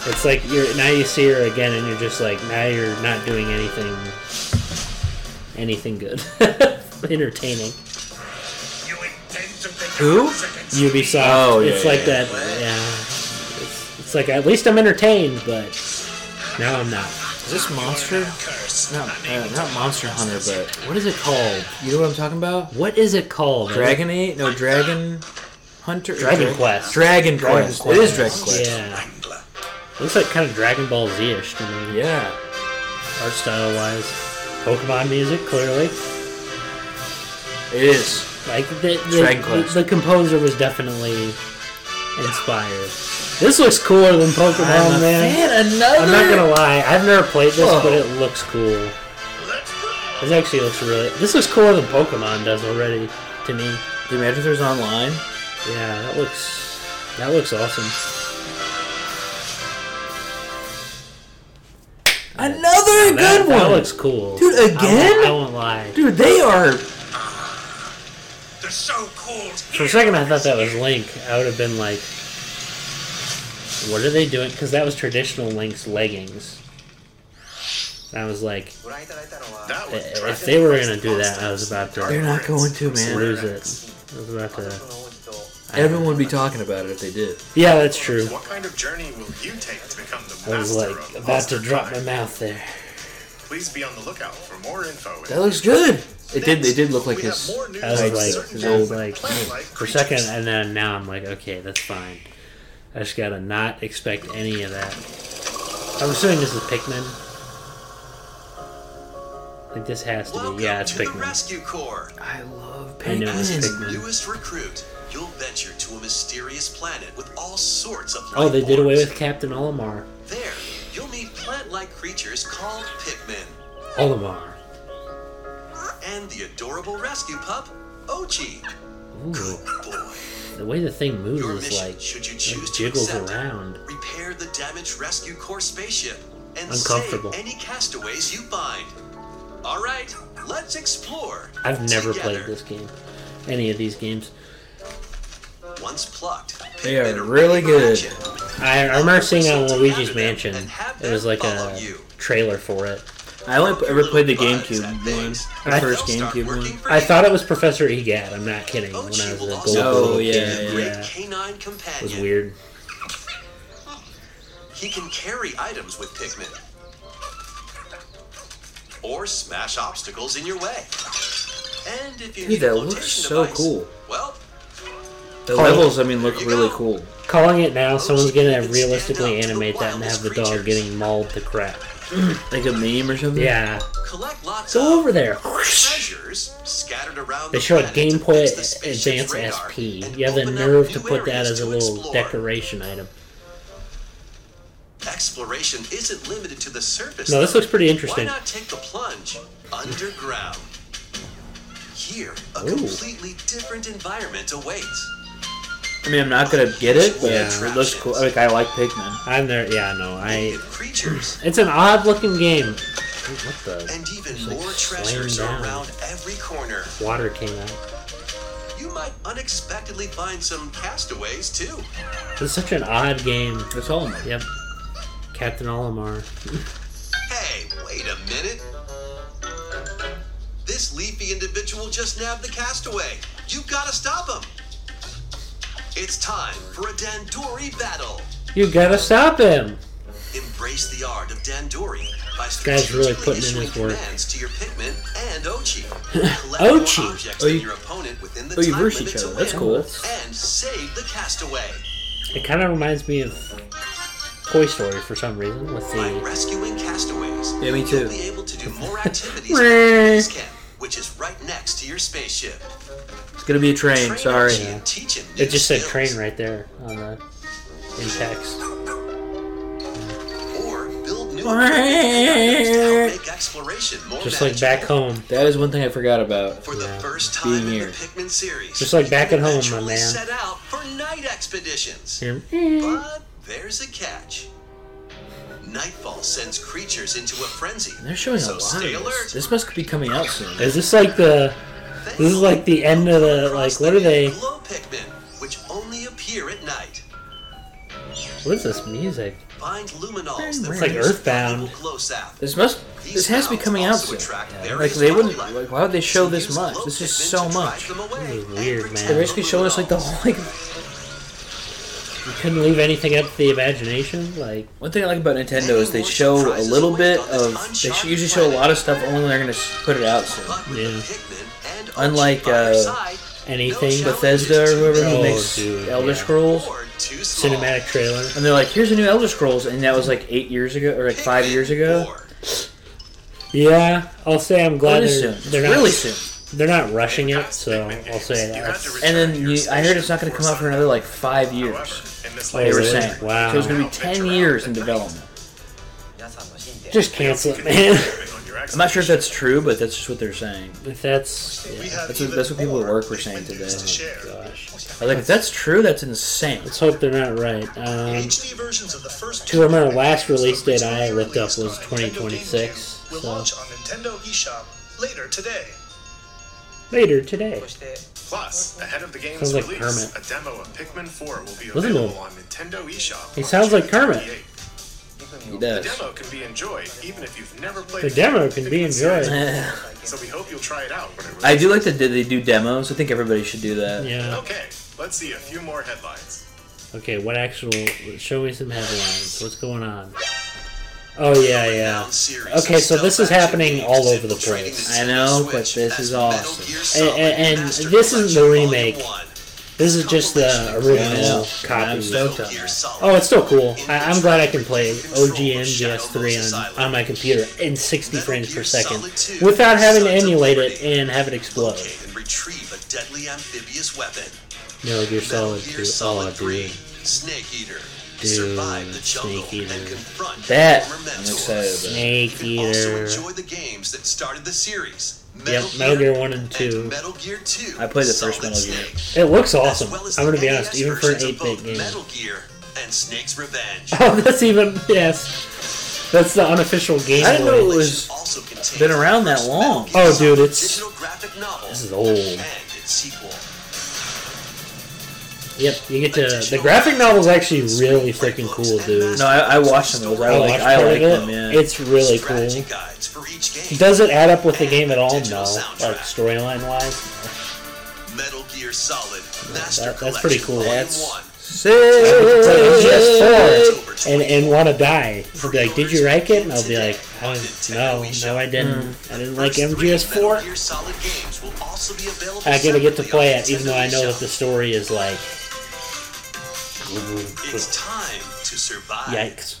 Speaker 2: it's like you're now you see her again and you're just like now you're not doing anything anything good entertaining
Speaker 6: You intend to take
Speaker 1: Who?
Speaker 6: arms against me?
Speaker 2: Ubisoft.
Speaker 1: Oh, yeah,
Speaker 2: it's like
Speaker 1: yeah.
Speaker 2: that. Yeah, it's, it's like at least I'm entertained, but now I'm not.
Speaker 1: Is this Monster?
Speaker 3: Curse.
Speaker 1: Not, uh, not Monster Hunter, but
Speaker 2: What is it called?
Speaker 1: you know what I'm talking about?
Speaker 2: What is it called?
Speaker 1: Dragonate? No, Dragon Hunter.
Speaker 2: Dragon
Speaker 1: Dra-
Speaker 2: Quest.
Speaker 1: Dragon,
Speaker 2: Dragon
Speaker 1: Quest. It is Dragon
Speaker 2: Quest.
Speaker 1: Quest.
Speaker 2: Yeah. Looks like kind of Dragon Ball Z ish to me.
Speaker 1: Yeah.
Speaker 2: Art style wise. Pokemon music, clearly.
Speaker 1: It is.
Speaker 2: Like the
Speaker 1: Dragon
Speaker 2: the,
Speaker 1: Quest.
Speaker 2: the, the composer was definitely inspired. This looks cooler than
Speaker 1: Oh,
Speaker 2: Pokemon, Oh, man.
Speaker 1: another.
Speaker 2: I'm not gonna lie, I've never played this,
Speaker 1: Whoa.
Speaker 2: but it looks cool. This actually looks really. This looks cooler than Pokemon does already to me.
Speaker 1: Dude, imagine if there's online.
Speaker 2: Yeah, that looks that looks awesome.
Speaker 1: Another
Speaker 2: That, that looks cool,
Speaker 1: Dude,
Speaker 2: I won't-
Speaker 1: again?
Speaker 2: I won't lie.
Speaker 1: Dude, they are.
Speaker 3: The so-called
Speaker 2: For a second, I thought that was Link. I would have been like, "What are they doing?" Because that was traditional Link's leggings. And I was like,
Speaker 4: That was
Speaker 2: if they were gonna do that, I was about to
Speaker 1: They're not going to, man.
Speaker 2: lose it. I was about to.
Speaker 1: Everyone would be talking about it if they did.
Speaker 2: Yeah, that's true.
Speaker 4: What kind of journey will you take to become the
Speaker 2: I was
Speaker 4: master
Speaker 2: like
Speaker 4: of
Speaker 2: about to
Speaker 4: Monster
Speaker 2: drop my
Speaker 4: Hunter?
Speaker 2: mouth there.
Speaker 4: Please be on the lookout for more info.
Speaker 1: That looks good. It did. They did look like
Speaker 3: We have
Speaker 1: his.
Speaker 3: more news
Speaker 2: I was
Speaker 3: on
Speaker 2: like,
Speaker 3: certain
Speaker 2: I was like,
Speaker 3: death
Speaker 2: hmm.
Speaker 3: and plant-like
Speaker 2: for a
Speaker 3: creatures.
Speaker 2: second, and then now I'm like, okay, that's fine. I just gotta not expect any of that. I'm assuming this is Pikmin. Like this has to
Speaker 5: Welcome
Speaker 2: be. Yeah, it's
Speaker 5: to the
Speaker 2: Pikmin.
Speaker 5: Rescue Corps.
Speaker 1: I love
Speaker 2: I know it's
Speaker 1: Pikmin.
Speaker 2: Pikmin.
Speaker 5: Newest recruit, you'll venture to a mysterious planet with all sorts of.
Speaker 2: Oh, they
Speaker 5: life
Speaker 2: did away
Speaker 5: forms.
Speaker 2: with Captain Olimar.
Speaker 5: There, you'll meet plant-like creatures called Pikmin
Speaker 2: Olimar.
Speaker 5: and the adorable rescue pup, Ochi.
Speaker 2: Ooh,
Speaker 5: Good boy.
Speaker 2: the way the thing moves
Speaker 5: Your
Speaker 2: is
Speaker 5: mission,
Speaker 2: like
Speaker 5: should you choose
Speaker 2: it
Speaker 5: to
Speaker 2: jiggles
Speaker 5: accept it,
Speaker 2: around.
Speaker 5: Repair the damaged rescue corps spaceship and save
Speaker 2: Uncomfortable.
Speaker 5: any castaways you find. All right, let's explore.
Speaker 2: I've never
Speaker 5: together.
Speaker 2: played this game, any of these games.
Speaker 5: Once plucked,
Speaker 1: They are
Speaker 5: Pikmin
Speaker 1: really
Speaker 5: ready for
Speaker 1: good.
Speaker 5: action.
Speaker 2: I, I remember seeing it on Luigi's Mansion.
Speaker 5: And have
Speaker 2: It was
Speaker 5: them
Speaker 2: like
Speaker 5: follow
Speaker 2: a
Speaker 5: you.
Speaker 2: trailer for it.
Speaker 1: I only ever played the
Speaker 5: Bugs
Speaker 1: GameCube
Speaker 5: and
Speaker 1: one.
Speaker 5: things.
Speaker 1: The
Speaker 2: I-
Speaker 1: first
Speaker 5: They'll start
Speaker 1: GameCube
Speaker 5: working
Speaker 1: one.
Speaker 5: for
Speaker 2: I
Speaker 5: you.
Speaker 2: thought it was Professor Egad. I'm not kidding. When I was
Speaker 5: Ochi
Speaker 2: a
Speaker 5: will
Speaker 2: gold
Speaker 5: also
Speaker 1: Oh,
Speaker 2: little
Speaker 1: yeah,
Speaker 5: be
Speaker 2: kid,
Speaker 5: a
Speaker 1: yeah.
Speaker 5: great
Speaker 2: yeah,
Speaker 5: canine
Speaker 2: it was
Speaker 5: companion.
Speaker 2: weird.
Speaker 5: He can carry items with Pikmin. Or smash obstacles in your way. And if you
Speaker 1: Dude,
Speaker 5: need
Speaker 1: that
Speaker 5: a
Speaker 1: looks
Speaker 5: flotation
Speaker 1: so
Speaker 5: device,
Speaker 1: cool.
Speaker 5: Well,
Speaker 1: The levels, I mean, look really cool.
Speaker 2: Calling it now, someone's gonna
Speaker 5: Ochi can
Speaker 2: realistically
Speaker 5: stand up to the
Speaker 2: animate that and have the dog
Speaker 5: wildest
Speaker 2: getting mauled to crap.
Speaker 1: Like a meme or something.
Speaker 2: Yeah,
Speaker 5: collect lots
Speaker 2: go
Speaker 5: of
Speaker 2: over there.
Speaker 5: treasures scattered around
Speaker 2: They
Speaker 5: the
Speaker 2: show a
Speaker 5: planet
Speaker 2: Game
Speaker 5: to
Speaker 2: Boy
Speaker 5: fix the spaceship's
Speaker 2: Advance
Speaker 5: radar
Speaker 2: SP.
Speaker 5: and
Speaker 2: You have the
Speaker 5: open up
Speaker 2: nerve
Speaker 5: new
Speaker 2: to put that
Speaker 5: areas
Speaker 2: as a
Speaker 5: to
Speaker 2: little
Speaker 5: explore.
Speaker 2: decoration item.
Speaker 5: Exploration isn't limited to the surface.
Speaker 2: No, this looks pretty
Speaker 5: Why
Speaker 2: interesting.
Speaker 5: not take the plunge underground? Here, a
Speaker 2: Ooh.
Speaker 5: completely different environment awaits.
Speaker 1: I mean, I'm not gonna get it, but
Speaker 5: Yeah.
Speaker 1: it looks cool. Like I like Pikmin.
Speaker 2: I'm there. Yeah, no, I.
Speaker 5: Native creatures
Speaker 2: It's an odd looking game. Ooh, What the
Speaker 5: and even
Speaker 2: like
Speaker 5: more
Speaker 2: slammed
Speaker 5: treasures
Speaker 2: down.
Speaker 5: are around every corner.
Speaker 2: water came out.
Speaker 5: You might unexpectedly find some castaways too.
Speaker 2: It's such an odd game.
Speaker 1: That's all. I'm-
Speaker 2: Yep. Captain Olimar.
Speaker 5: Hey, wait a minute. This leafy individual just nabbed the castaway. You've got to stop him. It's time for a Dandori battle.
Speaker 2: You gotta stop him.
Speaker 5: Embrace the art of Dandori by
Speaker 2: guy's really
Speaker 5: strategically
Speaker 2: putting in
Speaker 5: issuing
Speaker 2: his work.
Speaker 5: commands to your Pikmin and Ochi. Collect
Speaker 2: Ochi!
Speaker 5: more objects
Speaker 1: Oh,
Speaker 5: than
Speaker 1: you-
Speaker 5: your opponent within the
Speaker 1: oh, you
Speaker 5: time
Speaker 1: verse
Speaker 5: limit
Speaker 1: each
Speaker 5: to
Speaker 1: other. That's
Speaker 5: win.
Speaker 1: cool.
Speaker 5: And save the castaway
Speaker 2: It kind of reminds me of Toy Story for some reason with
Speaker 5: by
Speaker 2: the.
Speaker 5: rescuing castaways.
Speaker 1: Yeah, me
Speaker 5: You'll
Speaker 1: too.
Speaker 5: be able to do more activities at the base camp, which is right next to your spaceship.
Speaker 1: It's gonna be a train. Sorry.
Speaker 5: Ochi and teach him new
Speaker 2: It just said
Speaker 5: skills.
Speaker 2: train right there on the in text.
Speaker 5: Or build new equipment to help make exploration more
Speaker 2: Just like back
Speaker 5: manageable.
Speaker 2: home.
Speaker 1: That is one thing I forgot about.
Speaker 5: For the
Speaker 2: Yeah.
Speaker 5: first time
Speaker 1: Being
Speaker 5: in
Speaker 1: here.
Speaker 5: the Pikmin series.
Speaker 2: Just like back
Speaker 5: you
Speaker 2: at home, my
Speaker 5: eventually
Speaker 2: man.
Speaker 5: set out for night expeditions.
Speaker 2: Here.
Speaker 5: But there's a catch. Nightfall sends creatures into a frenzy.
Speaker 1: They're showing a
Speaker 5: so
Speaker 1: lot of
Speaker 5: stay
Speaker 1: this.
Speaker 5: alert.
Speaker 1: This must be coming out soon.
Speaker 2: Is this like the?
Speaker 5: Thankfully,
Speaker 2: This is like the end of
Speaker 5: you'll
Speaker 2: the
Speaker 5: come
Speaker 2: like.
Speaker 5: across
Speaker 2: What
Speaker 5: the
Speaker 2: are they?
Speaker 5: Glow Pikmin, which only appear at night.
Speaker 2: What is this music?
Speaker 5: Find luminals that
Speaker 1: It's
Speaker 2: like
Speaker 5: produce
Speaker 2: Earthbound.
Speaker 5: valuable glow sap.
Speaker 1: This must.
Speaker 5: These
Speaker 1: This has to be
Speaker 5: sounds
Speaker 1: coming out
Speaker 5: also
Speaker 1: soon.
Speaker 5: attract
Speaker 1: Like
Speaker 5: various
Speaker 1: they wouldn't.
Speaker 5: wildlife.
Speaker 1: Like why would they show
Speaker 5: So
Speaker 1: this
Speaker 5: use
Speaker 1: much?
Speaker 5: glow
Speaker 1: This is
Speaker 5: pigment
Speaker 1: so
Speaker 5: to drive
Speaker 1: much.
Speaker 5: them away
Speaker 2: This is
Speaker 5: and
Speaker 2: weird,
Speaker 5: protect
Speaker 2: man.
Speaker 1: They're basically showing us like the
Speaker 5: luminals.
Speaker 1: whole like
Speaker 2: You couldn't leave anything up to the imagination. Like,
Speaker 1: One thing I like about Nintendo is they show a little bit of. They sh- usually show a lot of stuff only when they're going to put it out soon.
Speaker 5: But with
Speaker 2: Yeah.
Speaker 5: Pikmin and
Speaker 1: Unlike,
Speaker 5: Archie by your
Speaker 1: uh,
Speaker 5: side,
Speaker 2: anything
Speaker 5: no
Speaker 1: Bethesda or whoever
Speaker 2: Oh,
Speaker 1: makes
Speaker 2: dude,
Speaker 1: Elder
Speaker 2: yeah.
Speaker 1: Scrolls.
Speaker 5: or too small.
Speaker 2: cinematic trailer.
Speaker 1: And they're like, here's a new Elder Scrolls. And that was like eight years ago, or like five
Speaker 5: Pikmin
Speaker 1: years ago.
Speaker 5: four.
Speaker 2: Yeah, I'll say I'm glad
Speaker 1: Really soon.
Speaker 2: they're,
Speaker 1: It's
Speaker 2: they're not
Speaker 1: really soon.
Speaker 2: they're not rushing it. So I'll say that's
Speaker 1: And then you, I heard it's not going to come out for another like five years.
Speaker 2: Oh,
Speaker 1: They were
Speaker 2: really?
Speaker 1: saying.
Speaker 2: Wow.
Speaker 1: So it's going to be 10 years in development.
Speaker 2: just cancel it, man.
Speaker 1: I'm not sure if that's true, but that's just what they're saying.
Speaker 2: if that's
Speaker 3: We have
Speaker 1: That's what-
Speaker 3: even
Speaker 1: that's what people at
Speaker 3: more
Speaker 1: work were saying
Speaker 3: Pikmin news
Speaker 1: today.
Speaker 3: To share.
Speaker 2: gosh,
Speaker 1: I was like, if that's true, that's insane.
Speaker 2: let's hope they're not right. Um,
Speaker 3: HD versions of the first
Speaker 2: to remember,
Speaker 3: Pikmin
Speaker 2: last
Speaker 3: games
Speaker 2: release date I
Speaker 3: originally
Speaker 2: looked up
Speaker 3: released
Speaker 2: was
Speaker 3: on Nintendo
Speaker 2: 2026,
Speaker 3: GameCube Will
Speaker 2: so-
Speaker 3: launch on Nintendo eShop later today.
Speaker 2: later today.
Speaker 4: Plus, ahead of the game's
Speaker 2: Sounds like
Speaker 4: release,
Speaker 2: Kermit.
Speaker 4: a demo of Pikmin 4 will be
Speaker 2: Doesn't it?
Speaker 4: available on Nintendo eShop.
Speaker 2: He
Speaker 4: on
Speaker 2: sounds like
Speaker 4: June
Speaker 2: Kermit.
Speaker 4: 28th.
Speaker 1: He
Speaker 4: The
Speaker 1: does.
Speaker 4: demo can be enjoyed even if you've never played
Speaker 2: The demo can
Speaker 4: Pikmin
Speaker 2: be
Speaker 4: series,
Speaker 2: enjoyed.
Speaker 4: So we hope you'll try it out when it
Speaker 1: I
Speaker 4: releases.
Speaker 1: do like that they- they do demos. I think everybody should do that.
Speaker 2: Yeah.
Speaker 4: Okay, let's see a few more headlines.
Speaker 2: Okay. What actual? Show me some headlines. What's going on? Oh yeah, yeah. Okay, so this is happening all over the place.
Speaker 1: I know, but this is awesome.
Speaker 2: And- and- and this isn't the remake. This is just the original
Speaker 1: Yeah.
Speaker 2: copy.
Speaker 1: I'm so-
Speaker 2: Oh, it's still cool. I, I'm glad I can play OG MGS3 on, on my computer in 60 frames per second without having to emulate it and have it explode.
Speaker 5: And retrieve a deadly amphibious weapon.
Speaker 2: Metal Gear Solid 2. Oh, dude.
Speaker 5: Snake Eater.
Speaker 2: Dude,
Speaker 5: Survive the jungle
Speaker 2: Snake Eater.
Speaker 5: and confront
Speaker 1: That
Speaker 5: former
Speaker 1: I'm
Speaker 5: mentors.
Speaker 1: excited about.
Speaker 5: You
Speaker 2: Snake
Speaker 5: can also
Speaker 2: Eater.
Speaker 5: enjoy the games that started the series.
Speaker 2: Yep, Metal Gear 1 and 2.
Speaker 5: Metal Gear 2.
Speaker 1: I played the first
Speaker 5: Solid
Speaker 1: Metal Gear.
Speaker 5: Snake,
Speaker 2: It looks
Speaker 5: as
Speaker 2: awesome.
Speaker 5: well as
Speaker 2: I'm
Speaker 5: the
Speaker 2: going to be
Speaker 5: NES
Speaker 2: honest, even for an
Speaker 5: versions of
Speaker 2: 8 bit
Speaker 5: both
Speaker 2: game.
Speaker 5: Metal Gear and Snake's Revenge.
Speaker 2: Oh, that's even. Yes. That's the unofficial game.
Speaker 1: I didn't know it
Speaker 2: award.
Speaker 1: was
Speaker 5: Also contains
Speaker 1: been around
Speaker 5: the
Speaker 1: that
Speaker 5: first
Speaker 1: long.
Speaker 5: Metal Gear
Speaker 2: Oh, dude, it's-
Speaker 5: digital graphic novel
Speaker 2: This is old.
Speaker 5: and its sequel.
Speaker 2: Yep, you get to. The graphic novel's actually really freaking cool, dude.
Speaker 1: No, I, I watched them. Those. I
Speaker 2: I
Speaker 1: like,
Speaker 2: watched
Speaker 1: I
Speaker 2: part
Speaker 1: like
Speaker 2: of it.
Speaker 1: them. Yeah.
Speaker 2: It's really
Speaker 5: Strategy
Speaker 2: cool.
Speaker 5: guides for each game.
Speaker 2: Does it add up with the game at all?
Speaker 5: Digital
Speaker 2: No. Like
Speaker 5: soundtrack.
Speaker 2: storyline wise,
Speaker 5: Metal Gear Solid Master
Speaker 2: that- that's
Speaker 5: Collection
Speaker 2: pretty cool.
Speaker 5: Volume
Speaker 2: That's-
Speaker 5: 1.
Speaker 2: it's like
Speaker 1: Sick.
Speaker 2: it's just four, and and want to die. He'll be like, "Did you like it?" And I'll be like, oh, "No, no, I didn't. I didn't like
Speaker 5: First three Metal
Speaker 2: MGS4.
Speaker 5: Gear Solid games will also be available
Speaker 2: I gotta get to
Speaker 5: separately
Speaker 2: play
Speaker 5: on
Speaker 2: it, even though I know
Speaker 5: Nintendo
Speaker 2: that the story is like,
Speaker 5: eShop. It's time to survive.
Speaker 2: yikes."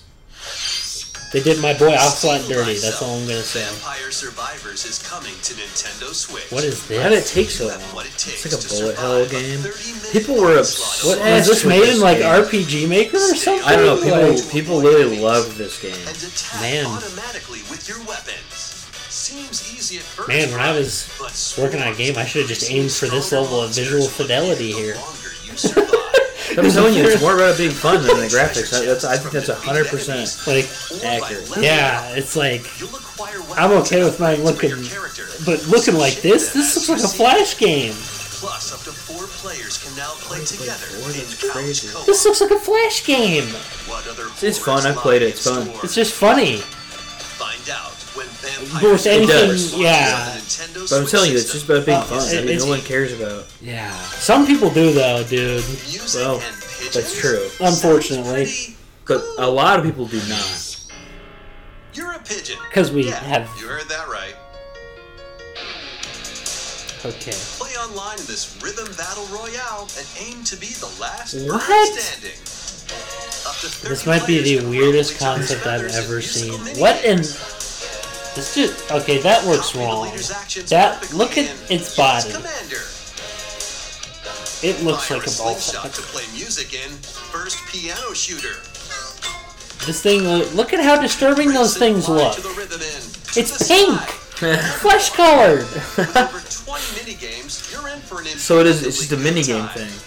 Speaker 2: They did my boy Ocelot
Speaker 5: Steal
Speaker 2: dirty.
Speaker 5: Thyself.
Speaker 2: That's all I'm gonna say.
Speaker 5: Vampire Survivors is coming to Nintendo Switch.
Speaker 2: What is
Speaker 1: How did it
Speaker 2: this?
Speaker 1: take so
Speaker 5: You
Speaker 1: long?
Speaker 5: have what it
Speaker 1: It's
Speaker 5: takes
Speaker 1: like a
Speaker 5: to
Speaker 1: bullet
Speaker 5: survive
Speaker 1: hell
Speaker 5: a
Speaker 1: game.
Speaker 5: 30-minute
Speaker 1: People were
Speaker 5: onslaught of
Speaker 1: obsessed.
Speaker 2: Was this
Speaker 1: with
Speaker 2: made in like
Speaker 1: game.
Speaker 2: RPG Maker or something?
Speaker 1: I don't know. People,
Speaker 2: Like,
Speaker 1: people literally loved this game.
Speaker 5: and attack
Speaker 2: Man.
Speaker 5: automatically with your weapons. Seems easy at first.
Speaker 2: Man, when I was
Speaker 5: but
Speaker 2: working on a game, I should've just
Speaker 5: swords
Speaker 2: aimed for this
Speaker 5: stronger
Speaker 2: level of visual
Speaker 5: monsters will be
Speaker 2: fidelity
Speaker 5: the
Speaker 2: here.
Speaker 5: longer you survive.
Speaker 1: I'm telling you, it's more about it being fun than the graphics. That- That's I think that's hundred percent.
Speaker 2: like,
Speaker 5: Or by
Speaker 1: Accurate.
Speaker 5: leveling
Speaker 2: yeah,
Speaker 5: up,
Speaker 2: it's like.
Speaker 5: You'll acquire
Speaker 2: I'm
Speaker 5: weapons
Speaker 2: okay
Speaker 5: and
Speaker 2: with mine
Speaker 5: upgrades for your
Speaker 2: looking-
Speaker 5: character.
Speaker 2: But looking like this, this looks like a Flash game.
Speaker 5: Plus, up to four players can now play together
Speaker 1: four?
Speaker 5: in
Speaker 1: That's
Speaker 5: couch
Speaker 1: crazy.
Speaker 5: co-op.
Speaker 2: This looks like a Flash game.
Speaker 5: What other
Speaker 1: It's fun,
Speaker 5: horrors
Speaker 1: I've played it,
Speaker 5: lie in
Speaker 1: it's fun.
Speaker 5: store?
Speaker 2: It's just funny.
Speaker 5: Find out when
Speaker 2: Of course,
Speaker 5: Vampire
Speaker 2: anything-
Speaker 5: Survivors launches
Speaker 2: yeah.
Speaker 5: on the Nintendo
Speaker 1: But I'm
Speaker 5: Switch
Speaker 1: telling you, it's
Speaker 5: system.
Speaker 1: just about being
Speaker 2: Oh,
Speaker 1: fun. I
Speaker 2: it's-
Speaker 1: mean, no
Speaker 2: it's-
Speaker 1: one cares about.
Speaker 2: Yeah. Some people do though, dude.
Speaker 5: Music
Speaker 1: Well,
Speaker 5: and pigeons?
Speaker 1: That's true.
Speaker 2: Unfortunately.
Speaker 5: Sounds pretty
Speaker 1: But
Speaker 5: cool.
Speaker 1: a lot of people do not.
Speaker 5: You're a pigeon.
Speaker 2: 'Cause we
Speaker 5: Yeah,
Speaker 2: have-
Speaker 5: You heard that right.
Speaker 2: Okay.
Speaker 5: Play online in this rhythm battle royale and aim to be the last
Speaker 1: What?
Speaker 5: person standing. Up to 30
Speaker 2: This might be
Speaker 5: players
Speaker 2: the
Speaker 5: can
Speaker 2: weirdest
Speaker 5: rumble each other's
Speaker 2: concept I've
Speaker 5: feathers in
Speaker 2: ever seen.
Speaker 5: musical
Speaker 2: What in?
Speaker 5: minigames.
Speaker 2: This just okay. That works
Speaker 5: Copy the
Speaker 2: wrong.
Speaker 5: leader's actions
Speaker 2: That
Speaker 5: perfectly
Speaker 2: look at
Speaker 5: and
Speaker 2: its
Speaker 5: use
Speaker 2: body.
Speaker 5: Commander.
Speaker 2: It looks
Speaker 5: Fire
Speaker 2: like a ball
Speaker 5: slingshot
Speaker 2: sack.
Speaker 5: to play music in. First piano shooter.
Speaker 2: This thing. lo- Look at how disturbing those
Speaker 5: Race and
Speaker 2: things
Speaker 5: fly
Speaker 2: look.
Speaker 5: to the rhythm in.
Speaker 2: It's
Speaker 5: To the
Speaker 2: pink.
Speaker 5: sky.
Speaker 2: Flesh colored.
Speaker 5: With over 20 minigames, you're in for an
Speaker 1: So it is. It's just a
Speaker 5: impeccably
Speaker 1: mini
Speaker 5: good
Speaker 1: game
Speaker 5: time.
Speaker 1: thing.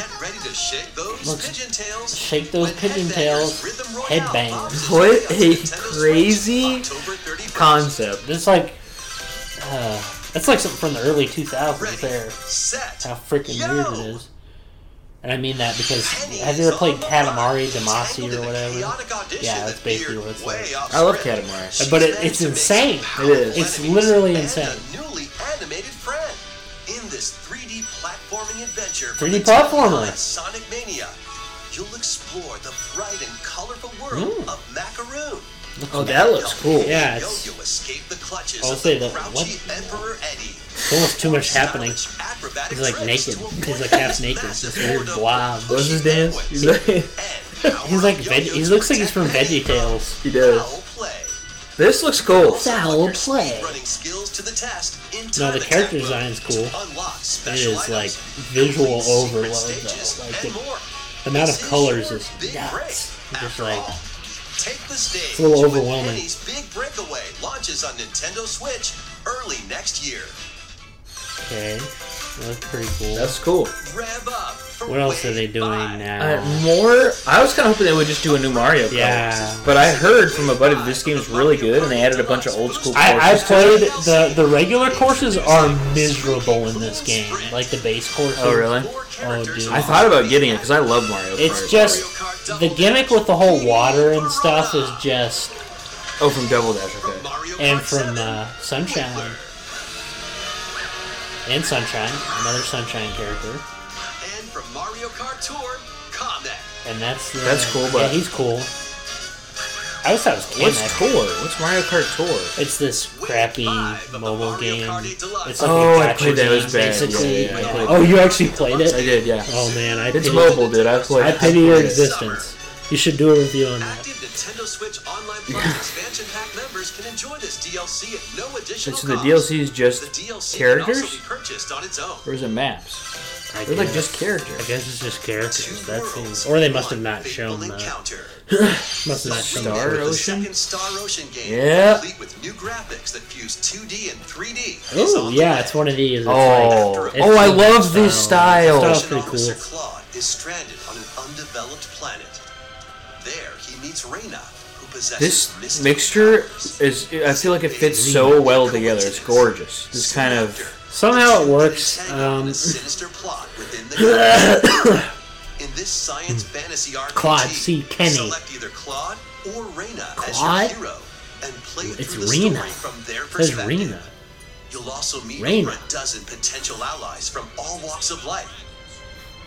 Speaker 5: Get ready to shake those
Speaker 2: Looks-
Speaker 5: pigeon tails.
Speaker 2: shake those
Speaker 5: when
Speaker 2: pigeon
Speaker 5: Headbangers
Speaker 2: tails,
Speaker 5: Rhythm Royale
Speaker 2: headbang.
Speaker 5: bombs
Speaker 1: What a
Speaker 5: its way onto Nintendo Switch,
Speaker 1: crazy
Speaker 5: October 31st.
Speaker 1: Concept.
Speaker 2: This like. Uh, that's like something from the early 2000s.
Speaker 5: Ready,
Speaker 2: There.
Speaker 5: set,
Speaker 2: How freaking
Speaker 5: go.
Speaker 2: weird it is. And I mean that because have you ever played Katamari Damacy or whatever? Yeah, that's basically what it's like.
Speaker 1: I love Katamari.
Speaker 2: But it, it's insane.
Speaker 1: It is.
Speaker 2: It's literally insane.
Speaker 5: newly animated friend in this 3D platforming adventure.
Speaker 2: 3D
Speaker 5: adventure the team
Speaker 2: platformer.
Speaker 5: behind Sonic Mania. You'll explore the bright and colorful world
Speaker 2: Mm.
Speaker 5: of Macaroon.
Speaker 8: Oh, that looks cool.
Speaker 2: Yeah,
Speaker 5: Yo,
Speaker 2: it's,
Speaker 5: you'll escape the clutches
Speaker 2: I'll
Speaker 5: of
Speaker 2: say
Speaker 5: the
Speaker 2: that-
Speaker 5: grouchy Emperor Eddie.
Speaker 2: it's almost too much happening.
Speaker 5: Stylish acrobatic
Speaker 2: He's like
Speaker 5: tricks
Speaker 2: naked.
Speaker 5: to
Speaker 2: He's like
Speaker 5: avoid
Speaker 2: half
Speaker 5: this
Speaker 2: naked. It's this
Speaker 5: massive
Speaker 2: weird
Speaker 5: horde of
Speaker 2: blob.
Speaker 1: What's his dance?
Speaker 8: He's like,
Speaker 2: He's like veg- he looks like he's from Veggie Tales.
Speaker 8: he does. This looks cool.
Speaker 5: Foul play. Running skills to the test in
Speaker 2: No, the
Speaker 5: time
Speaker 2: character
Speaker 5: attack
Speaker 2: design's
Speaker 5: mode
Speaker 2: cool.
Speaker 5: to unlock
Speaker 2: It
Speaker 5: special
Speaker 2: is like
Speaker 5: items,
Speaker 2: visual
Speaker 5: complete secret
Speaker 2: overload
Speaker 5: stages,
Speaker 2: though. Like
Speaker 5: and
Speaker 2: the
Speaker 5: more.
Speaker 2: the amount
Speaker 5: This
Speaker 2: of
Speaker 5: is
Speaker 2: colors
Speaker 5: your
Speaker 2: is
Speaker 5: big
Speaker 2: nuts.
Speaker 5: break.
Speaker 2: Just
Speaker 5: After
Speaker 2: like
Speaker 5: all, take the stage
Speaker 2: a little
Speaker 5: to when
Speaker 2: overwhelming.
Speaker 5: Penny's Big Breakaway launches on Nintendo Switch early next year.
Speaker 2: okay, that's pretty cool.
Speaker 8: That's cool.
Speaker 5: Rev up for
Speaker 2: what else are
Speaker 5: Wave
Speaker 2: they doing
Speaker 5: five.
Speaker 8: Uh,
Speaker 2: now?
Speaker 8: more. I was kind of hoping they would just do a new Mario. Kart.
Speaker 2: Yeah.
Speaker 8: But I heard from a buddy that this game is really good, and they added a bunch of old school.
Speaker 2: I, I
Speaker 8: courses to it.
Speaker 2: played the the regular courses are miserable in this game, like the base courses.
Speaker 1: Oh, really?
Speaker 5: More characters
Speaker 2: dude.
Speaker 8: I thought about getting it because I love Mario.
Speaker 2: It's
Speaker 8: Kart.
Speaker 2: just the gimmick with the whole water and stuff is just
Speaker 8: oh from Double Dash.
Speaker 5: from
Speaker 8: Okay.
Speaker 5: Mario
Speaker 2: and
Speaker 5: Kart
Speaker 2: from
Speaker 5: 7.
Speaker 2: uh, Sunshine
Speaker 5: Wiggler.
Speaker 2: and Sunshine, another Sunshine character,
Speaker 5: And from Mario Kart Tour, Comet.
Speaker 2: and that's the,
Speaker 8: That's cool,
Speaker 2: yeah,
Speaker 8: but-
Speaker 2: he's cool. I always thought it was
Speaker 8: What's
Speaker 2: Kamek.
Speaker 8: tour? What's Mario Kart tour?
Speaker 2: It's this crappy
Speaker 5: five of the
Speaker 2: mobile
Speaker 5: Mario
Speaker 2: game.
Speaker 5: Kart 8 Deluxe.
Speaker 2: It's like
Speaker 8: Oh,
Speaker 2: a
Speaker 8: I
Speaker 2: gotcha
Speaker 8: played that. It was
Speaker 2: game,
Speaker 8: bad. Yeah,
Speaker 2: basically.
Speaker 8: yeah, yeah, I played
Speaker 2: oh, you actually played it?
Speaker 8: I did. Yeah.
Speaker 2: Oh man, I
Speaker 8: It's
Speaker 2: pity,
Speaker 8: mobile, dude. I played.
Speaker 2: I pity your
Speaker 8: played it.
Speaker 2: existence. You should do a review on that.
Speaker 5: Active Nintendo Switch Online Plus expansion pack members can enjoy this DLC at no additional
Speaker 1: And so the
Speaker 5: cost.
Speaker 1: DLC is
Speaker 5: The
Speaker 1: just
Speaker 5: DLC can also
Speaker 1: characters,
Speaker 5: be purchased on its own.
Speaker 1: or is it maps?
Speaker 2: I
Speaker 1: They're like
Speaker 2: guess.
Speaker 1: just
Speaker 2: I
Speaker 1: characters.
Speaker 2: guess it's just
Speaker 5: Two
Speaker 2: characters. That
Speaker 5: worlds,
Speaker 2: seems, or they must have
Speaker 5: one
Speaker 2: not
Speaker 5: fateful
Speaker 2: shown that.
Speaker 5: encounter.
Speaker 2: Must have not shown
Speaker 1: Star
Speaker 2: that.
Speaker 5: The
Speaker 1: Ocean?
Speaker 5: second Star Ocean game,
Speaker 1: Yeah.
Speaker 5: complete with new graphics that fuse 2D and 3D. is
Speaker 2: Oh
Speaker 5: on the
Speaker 2: yeah,
Speaker 5: way.
Speaker 2: it's one of these. It's
Speaker 1: Oh,
Speaker 2: like,
Speaker 1: oh, I love this style.
Speaker 2: Style's
Speaker 5: Mission
Speaker 2: pretty cool.
Speaker 5: Officer Claude is stranded on an undeveloped planet. There, he meets Reyna, who possesses
Speaker 1: This
Speaker 5: mystical
Speaker 1: mixture
Speaker 5: powers.
Speaker 1: is. I feel like it fits so well together. It's gorgeous. This kind of.
Speaker 2: Somehow it works.
Speaker 5: Entangled in
Speaker 2: Um,
Speaker 5: a sinister plot within the In this science fantasy RPG,
Speaker 2: Claude C. Kenny.
Speaker 5: select either Claude or Reyna as
Speaker 2: Claude?
Speaker 5: your hero and play
Speaker 2: It's
Speaker 5: through the
Speaker 2: Reyna.
Speaker 5: story from their
Speaker 2: it says
Speaker 5: perspective.
Speaker 2: Rena.
Speaker 5: You'll also meet
Speaker 2: Reyna.
Speaker 5: over a dozen potential allies from all walks of life.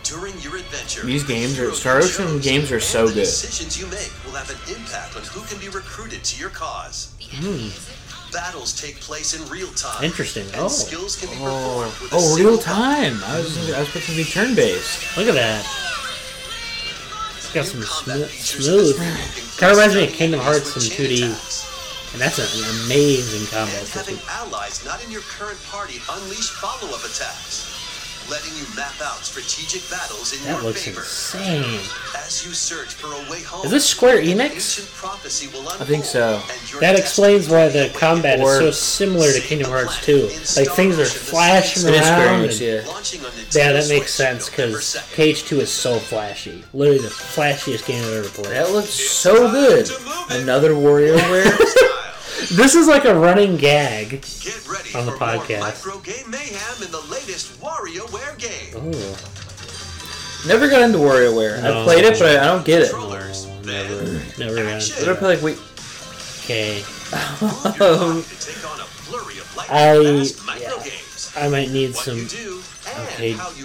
Speaker 5: During your adventure,
Speaker 1: These games are-
Speaker 5: the hero
Speaker 1: Star
Speaker 5: you
Speaker 1: Ocean
Speaker 5: chose
Speaker 1: games are so
Speaker 5: and the
Speaker 1: good.
Speaker 5: decisions you make will have an impact on who can be recruited to your cause. Battles take place in real time.
Speaker 2: Hmm. Interesting. Oh.
Speaker 5: And skills can be performed
Speaker 1: Oh,
Speaker 5: with a
Speaker 1: oh,
Speaker 5: single
Speaker 1: real time. I was I was supposed to be turn based.
Speaker 2: Look at that. It's got some
Speaker 5: New
Speaker 2: smooth,
Speaker 5: combat features in this
Speaker 2: smooth.
Speaker 5: game include
Speaker 2: Kinda reminds me of
Speaker 5: stunning
Speaker 2: Kingdom
Speaker 5: enemies
Speaker 2: Hearts
Speaker 5: with
Speaker 2: in
Speaker 5: chain
Speaker 2: 2D.
Speaker 5: attacks.
Speaker 2: and that's an amazing combo
Speaker 5: and having
Speaker 2: system.
Speaker 5: allies not in your current party unleash follow-up attacks, letting you map out strategic battles in
Speaker 2: That
Speaker 5: your
Speaker 2: looks
Speaker 5: favor.
Speaker 2: insane.
Speaker 5: As you search for a way home,
Speaker 2: Is this Square
Speaker 5: an
Speaker 2: Enix?
Speaker 5: ancient prophecy will unfold,
Speaker 1: think so.
Speaker 5: and your
Speaker 2: That
Speaker 5: destiny
Speaker 2: explains why the
Speaker 5: will
Speaker 2: combat is
Speaker 1: Or-
Speaker 2: so similar to Kingdom Hearts 2. Like things are flashing
Speaker 1: It is Square
Speaker 2: around.
Speaker 1: Enix,
Speaker 2: and-
Speaker 1: yeah.
Speaker 5: be launching on Nintendo
Speaker 2: Yeah, that
Speaker 5: Switch
Speaker 2: makes sense
Speaker 5: November
Speaker 2: because
Speaker 5: 2nd.
Speaker 2: Cage 2 is so flashy. Literally the flashiest game I've ever played.
Speaker 1: That looks so good. Another WarioWare.
Speaker 2: This is like a running gag.
Speaker 5: Get ready
Speaker 2: on the
Speaker 5: for more
Speaker 2: podcast.
Speaker 5: micro game mayhem in the latest WarioWare game.
Speaker 2: Ooh.
Speaker 1: Never got into WarioWare.
Speaker 2: No.
Speaker 1: I played it, but I, I don't get it.
Speaker 5: Controllers, then
Speaker 2: Never, never got
Speaker 5: Action.
Speaker 1: Did I play like wait?
Speaker 2: Okay.
Speaker 5: move your body to take on a flurry of lightning-fast micro games.
Speaker 2: I might need
Speaker 5: What
Speaker 2: some.
Speaker 5: you do and
Speaker 2: Okay.
Speaker 5: how you move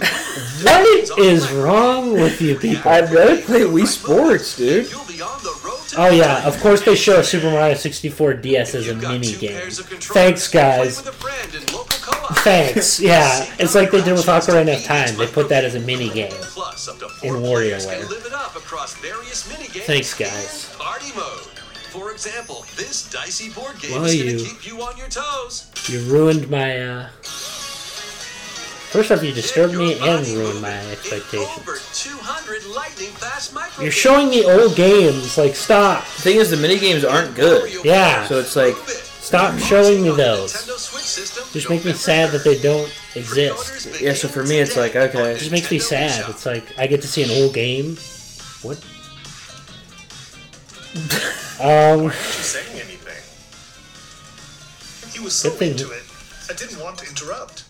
Speaker 5: depends
Speaker 2: What
Speaker 5: on
Speaker 2: is
Speaker 5: micro-
Speaker 2: wrong with you people?
Speaker 1: I'd rather play Wii Sports, dude.
Speaker 5: You'll be on the road to
Speaker 2: Oh yeah,
Speaker 5: victory.
Speaker 2: of course they show Super Mario 64 DS as a
Speaker 5: You've got
Speaker 2: mini
Speaker 5: two
Speaker 2: game.
Speaker 5: pairs of controllers.
Speaker 2: Thanks
Speaker 5: Play
Speaker 2: guys.
Speaker 5: with a friend in local co-op.
Speaker 2: Thanks. Yeah, it's like they did with Ocarina of Time. They put that as a mini game.
Speaker 5: Plus, up to
Speaker 2: In
Speaker 5: four players can
Speaker 2: WarioWare.
Speaker 5: live it up across various mini games
Speaker 2: Thanks, guys.
Speaker 5: and Party mode. For example, this dicey board game
Speaker 2: Why
Speaker 5: is going
Speaker 2: you-
Speaker 5: to keep you on your toes.
Speaker 2: You ruined my. uh... First off, you disturbed
Speaker 5: Get
Speaker 2: me
Speaker 5: your
Speaker 2: and
Speaker 5: body
Speaker 2: ruined my
Speaker 5: moving in Over
Speaker 2: expectations.
Speaker 5: 200 lightning fast micro
Speaker 2: You're showing me old games. Like stop,
Speaker 1: The thing is, the mini games aren't good.
Speaker 2: Yeah.
Speaker 1: So it's like
Speaker 2: stop showing me those. Just make me sad that they don't exist.
Speaker 1: yeah. So for me, it's like
Speaker 2: It
Speaker 1: okay.
Speaker 2: just makes me sad. It's like I get to see an old game. What? um,
Speaker 4: you saying anything?
Speaker 3: He was so
Speaker 2: Good thing-
Speaker 3: into it, I didn't want to interrupt.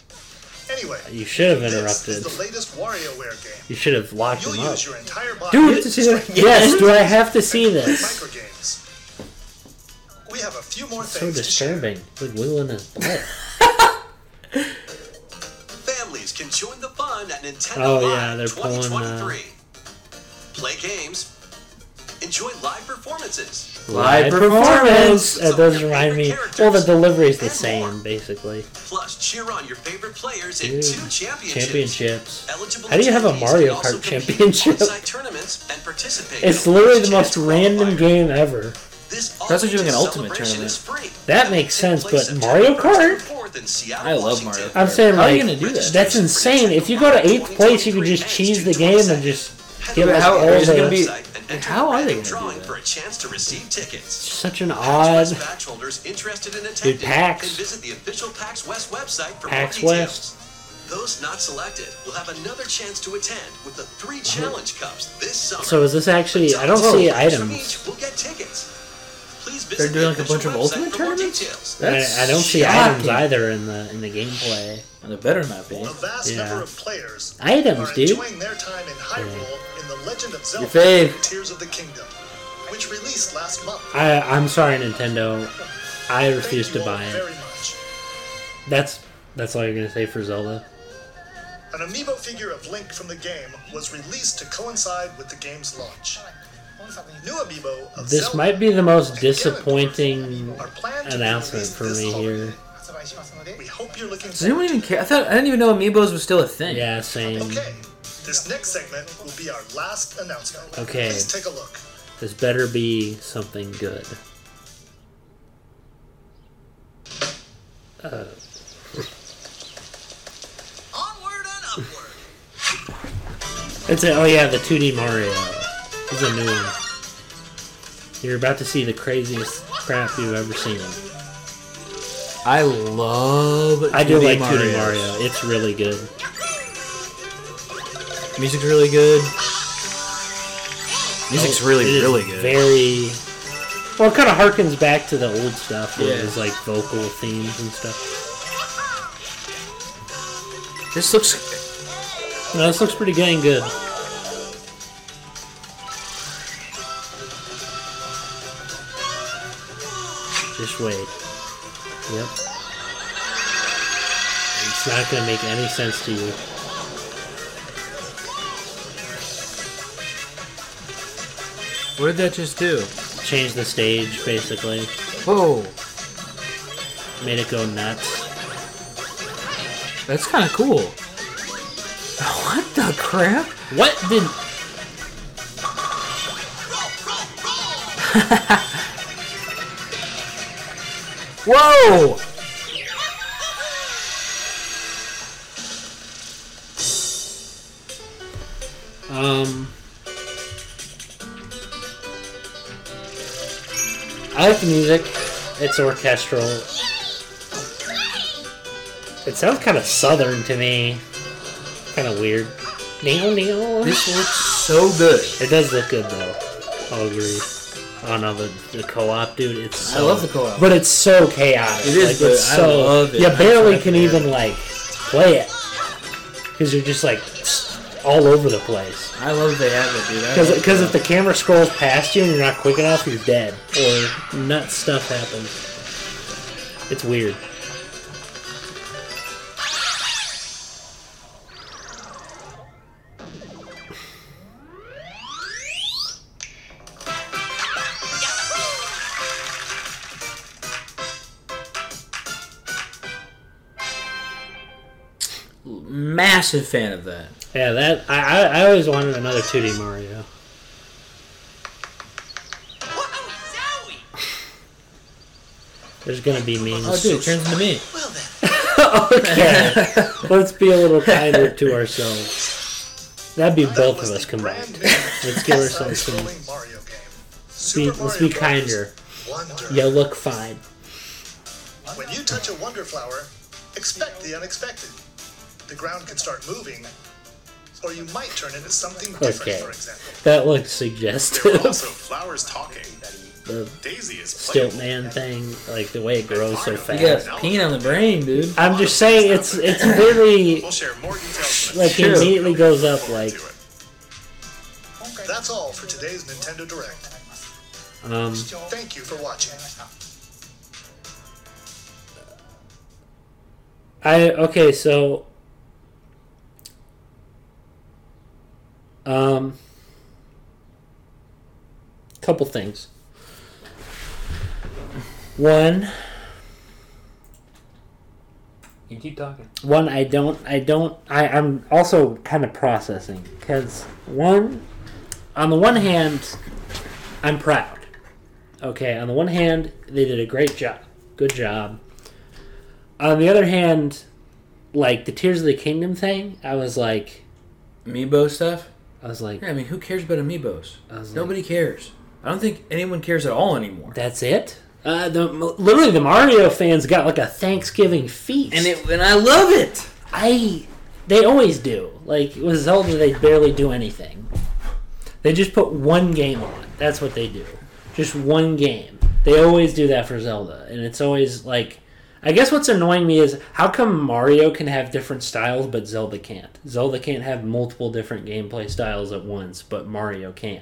Speaker 3: Anyway,
Speaker 2: you should have
Speaker 3: this is
Speaker 2: interrupted.
Speaker 3: the latest WarioWare game.
Speaker 2: You should have locked
Speaker 3: You'll
Speaker 2: him up.
Speaker 3: use your entire body
Speaker 2: Dude,
Speaker 3: to strike
Speaker 2: yes, do I have to see this?
Speaker 3: microgames. We have a few more
Speaker 2: So
Speaker 3: things to share.
Speaker 2: disturbing. Like wiggling his butt.
Speaker 5: Families can join the fun fun at Nintendo
Speaker 2: Oh,
Speaker 5: Live
Speaker 2: yeah, they're pulling, uh,
Speaker 5: 2023. Play games, enjoy live performances,
Speaker 2: Live performance. It does remind me. Well, the delivery is the same, basically.
Speaker 5: plus cheer on your favorite players in
Speaker 2: Dude,
Speaker 5: two championships.
Speaker 2: Championships.
Speaker 5: Eligible
Speaker 2: How do you have a
Speaker 5: attendees
Speaker 2: Mario
Speaker 5: can also
Speaker 2: Kart
Speaker 5: compete in
Speaker 2: championship?
Speaker 5: on-site tournaments and participate
Speaker 2: It's
Speaker 5: in a
Speaker 2: literally the
Speaker 5: first-chance
Speaker 2: most random
Speaker 5: qualifier.
Speaker 2: game ever.
Speaker 5: This
Speaker 1: That's like doing an
Speaker 5: Ultimate
Speaker 1: Ultimate
Speaker 5: celebration
Speaker 1: tournament.
Speaker 5: is free.
Speaker 2: That makes
Speaker 5: Take
Speaker 2: sense,
Speaker 5: place
Speaker 2: but
Speaker 5: September
Speaker 2: Mario
Speaker 5: 1st through
Speaker 2: Kart?
Speaker 5: 4th in Seattle,
Speaker 8: I love
Speaker 5: Washington.
Speaker 8: Mario Kart.
Speaker 2: I'm saying
Speaker 1: How are
Speaker 2: like
Speaker 1: you gonna do that?
Speaker 2: that's insane. If you go to eighth place, you could just cheese the game and just give
Speaker 1: Yeah,
Speaker 2: us
Speaker 1: how-
Speaker 2: all
Speaker 1: is it
Speaker 2: the-
Speaker 1: gonna be-
Speaker 5: how are they
Speaker 1: gonna do
Speaker 5: drawing
Speaker 1: that?
Speaker 5: for a chance to receive tickets?
Speaker 2: such an odd.
Speaker 5: Patch holders interested in attending
Speaker 2: PAX.
Speaker 5: can visit the official PAX West website for
Speaker 2: PAX
Speaker 5: more
Speaker 2: West.
Speaker 5: details. Those not selected will have another chance to attend with the three challenge cups this summer.
Speaker 2: Uh-huh. So is this actually? I don't
Speaker 5: Top
Speaker 2: see
Speaker 5: players from
Speaker 2: items.
Speaker 5: each will get tickets. Please visit
Speaker 1: They're doing like
Speaker 5: the
Speaker 1: a bunch
Speaker 5: official
Speaker 1: of
Speaker 5: website
Speaker 1: ultimate
Speaker 5: for more
Speaker 1: tournaments?
Speaker 5: details.
Speaker 2: I,
Speaker 1: That's
Speaker 2: I don't see items
Speaker 1: shocking.
Speaker 2: either in the in the gameplay.
Speaker 1: And it better not be.
Speaker 3: A vast
Speaker 2: Yeah.
Speaker 3: number of players
Speaker 2: Items,
Speaker 3: are
Speaker 2: dude.
Speaker 3: enjoying their time in Hyrule in The Legend of Zelda
Speaker 1: fave.
Speaker 3: Tears of the Kingdom, which released last month.
Speaker 2: I I'm sorry, Nintendo. I
Speaker 3: Thank
Speaker 2: refuse
Speaker 3: you
Speaker 2: to
Speaker 3: all
Speaker 2: buy it.
Speaker 3: Very much.
Speaker 2: That's that's all you're gonna say for Zelda.
Speaker 3: An amiibo figure of Link from the game was released to coincide with the game's launch. New amiibo of
Speaker 2: This
Speaker 3: Zelda
Speaker 2: might be the most disappointing
Speaker 3: are planned to be
Speaker 2: announcement
Speaker 3: released
Speaker 2: for
Speaker 3: this
Speaker 2: me
Speaker 3: holiday.
Speaker 2: here.
Speaker 3: We hope you're looking
Speaker 1: Does anyone
Speaker 3: forward to
Speaker 1: even care? I thought I didn't even know Amiibos was still a thing.
Speaker 2: Yeah,
Speaker 3: it.
Speaker 2: same.
Speaker 3: Okay, this next segment will be our last announcement.
Speaker 2: Okay.
Speaker 3: Please take a look.
Speaker 2: This better be something good.
Speaker 5: Onward and upward.
Speaker 2: That's it. Oh yeah, the 2D Mario. This is a new one. You're about to see the craziest crap you've ever seen.
Speaker 1: I love.
Speaker 2: I do
Speaker 1: 2D
Speaker 2: like
Speaker 1: Mario.
Speaker 2: 2D Mario. It's really good.
Speaker 1: Music's really good. Music's really,
Speaker 2: It is
Speaker 1: really good.
Speaker 2: Very. Well, it kind of harkens back to the old stuff, where
Speaker 1: Yeah.
Speaker 2: it was like vocal themes and stuff.
Speaker 1: this looks.
Speaker 2: No, this looks pretty dang good. Just wait. Yep. It's not gonna make any sense to you.
Speaker 1: What did that just do?
Speaker 2: Change the stage, basically.
Speaker 1: Whoa,
Speaker 2: Made it go nuts.
Speaker 1: that's kind of cool. What the crap?
Speaker 2: What did?
Speaker 1: Whoa!
Speaker 2: Um. I like the music. It's orchestral. It sounds kind of southern to me. Kind of weird. Neil, neil.
Speaker 1: This looks so good.
Speaker 2: It does look good though. I'll agree. Oh no, the, the co-op dude. It's
Speaker 1: I
Speaker 2: so,
Speaker 1: love the co-op.
Speaker 2: but it's so chaotic.
Speaker 1: It is,
Speaker 2: Like, it's
Speaker 1: but I
Speaker 2: so,
Speaker 1: love it.
Speaker 2: You
Speaker 1: I
Speaker 2: barely
Speaker 1: tried
Speaker 2: can
Speaker 1: to manage
Speaker 2: even like play it because you're just like all over the place.
Speaker 1: I love they have it, dude. I love
Speaker 2: Because
Speaker 1: that.
Speaker 2: if the camera scrolls past you and you're not quick enough, you're dead. Or nut stuff happens. It's weird.
Speaker 1: massive fan of that.
Speaker 2: Yeah, that I, I, I always wanted another 2D Mario. There's gonna be memes.
Speaker 1: Oh, dude, it turns into me.
Speaker 5: Well then.
Speaker 2: Okay, let's be a little kinder to ourselves. That'd be
Speaker 3: That
Speaker 2: both
Speaker 3: was
Speaker 2: of us
Speaker 3: the brand
Speaker 2: combined.
Speaker 3: new
Speaker 2: Let's give ourselves some.
Speaker 3: side-scrolling Mario game.
Speaker 2: Be,
Speaker 3: Super
Speaker 2: let's be
Speaker 3: Mario Bros.
Speaker 2: kinder.
Speaker 3: Wonder.
Speaker 2: You look fine.
Speaker 3: When you touch a wonder flower, expect the unexpected. The ground can start moving, or you might turn into something different,
Speaker 2: Okay.
Speaker 3: for example.
Speaker 2: That looks
Speaker 4: There were
Speaker 2: suggestive.
Speaker 4: also flowers talking.
Speaker 2: the
Speaker 4: Daisy is
Speaker 2: stilt
Speaker 4: playable.
Speaker 2: man thing, like the way it grows so
Speaker 1: You
Speaker 2: fast.
Speaker 1: got pain on the brain, dude.
Speaker 2: I'm just saying it's it's very
Speaker 4: We'll share more details. in a
Speaker 2: like
Speaker 4: few
Speaker 1: Sure.
Speaker 2: it
Speaker 4: minutes.
Speaker 2: immediately goes up
Speaker 4: Forward
Speaker 2: like
Speaker 4: to it.
Speaker 3: That's all for today's Nintendo Direct.
Speaker 2: um
Speaker 3: Thank you for watching.
Speaker 2: I okay so Um, couple things. One,
Speaker 1: You keep talking.
Speaker 2: one i don't i don't I, i'm also kind of processing because one on the one hand i'm proud okay on the one hand they did a great job good job on the other hand like the tears of the kingdom thing i was like
Speaker 1: Amiibo stuff?
Speaker 2: i was like
Speaker 1: Yeah, I mean, who cares about amiibos?
Speaker 2: was like-
Speaker 1: Nobody cares. I don't think anyone cares at all anymore.
Speaker 2: that's it uh, the, literally the mario fans got like a thanksgiving feast
Speaker 1: and it and I love it.
Speaker 2: I they always do. Like with Zelda, they barely do anything. They just put one game on. That's what they do. Just one game. They always do that for Zelda, and it's always like. I guess what's annoying me is how come Mario can have different styles but Zelda can't. Zelda can't have multiple different gameplay styles at once, but Mario can.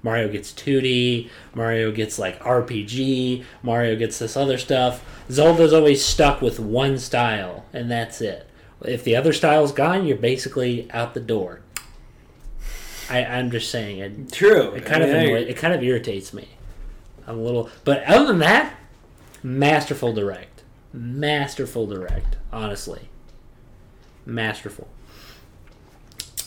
Speaker 2: Mario gets 2D, Mario gets like RPG, Mario gets this other stuff. Zelda's always stuck with one style, and that's it. If the other style's gone, you're basically out the door. I, I'm just saying it.
Speaker 1: True.
Speaker 2: It kind of
Speaker 1: I-
Speaker 2: annoy, it kind of irritates me. I'm a little, but other than that, masterful direct, masterful direct. Honestly, masterful.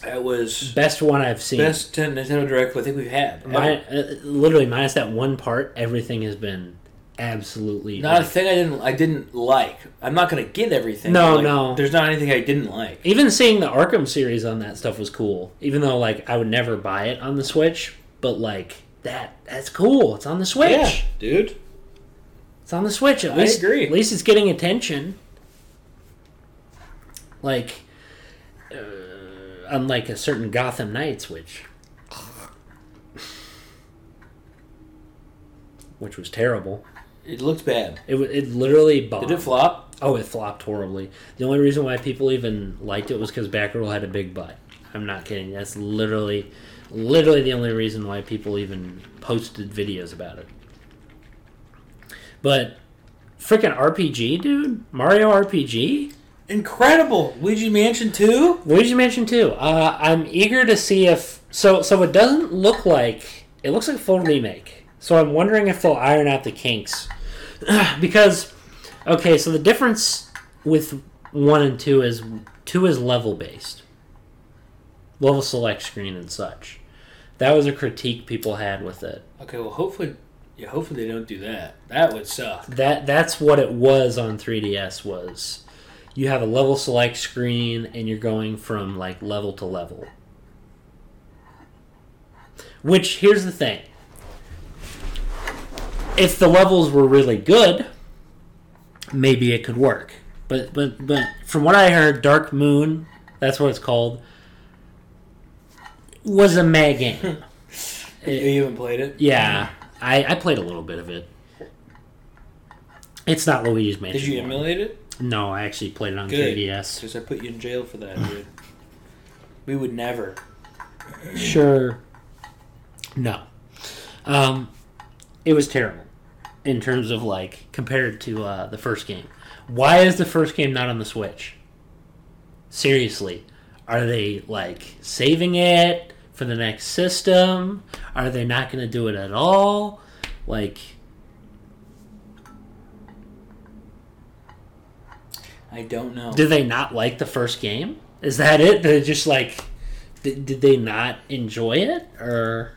Speaker 1: That was
Speaker 2: Best one I've seen.
Speaker 1: best Nintendo Direct I think we've had.
Speaker 2: My, uh, literally minus that one part, everything has been absolutely
Speaker 1: not a thing I didn't I didn't like. I'm not gonna get everything.
Speaker 2: No,
Speaker 1: but, like,
Speaker 2: no.
Speaker 1: There's not anything I didn't like.
Speaker 2: even seeing the Arkham series on that stuff was cool. Even though like I would never buy it on the Switch, but like that that's cool. It's on the Switch.
Speaker 1: dude.
Speaker 2: It's on the Switch. At least,
Speaker 1: agree.
Speaker 2: At least it's getting attention. Like, uh, unlike a certain Gotham Knights, which, which was terrible.
Speaker 1: It looked bad.
Speaker 2: It wa- it literally bombed.
Speaker 1: Did it flop?
Speaker 2: Oh, it flopped horribly. The only reason why people even liked it was because Batgirl had a big butt. I'm not kidding. That's literally, literally the only reason why people even posted videos about it. But freaking RPG, dude, Mario RPG.
Speaker 1: Incredible. Luigi Mansion Two.
Speaker 2: Luigi Mansion Two. Uh, I'm eager to see if so. So it doesn't look like it looks like a full remake. So I'm wondering if they'll iron out the kinks because okay. So the difference with one and two is two is level based, level select screen and such. That was a critique people had with it.
Speaker 1: Okay, well hopefully, yeah, hopefully they don't do that. That would suck.
Speaker 2: that that's what it was on 3ds was you have a level select screen and you're going from like level to level which here's the thing if the levels were really good maybe it could work but but but from what i heard dark moon that's what it's called was a meh game
Speaker 1: you haven't played it.
Speaker 2: yeah I, I played a little bit of it it's not luigi's mansion
Speaker 1: Did you
Speaker 2: one.
Speaker 1: emulate it?
Speaker 2: No, I actually played it on
Speaker 1: Good.
Speaker 2: 3DS.
Speaker 1: Because I put you in jail for that, dude. we would never.
Speaker 2: Sure. No. Um, it was terrible in terms of like compared to uh, the first game. Why is the first game not on the Switch? Seriously, are they like saving it for the next system? Are they not going to do it at all? Like,
Speaker 1: I don't know.
Speaker 2: did they not like the first game? Is that it? They just like, did, did they not enjoy it, or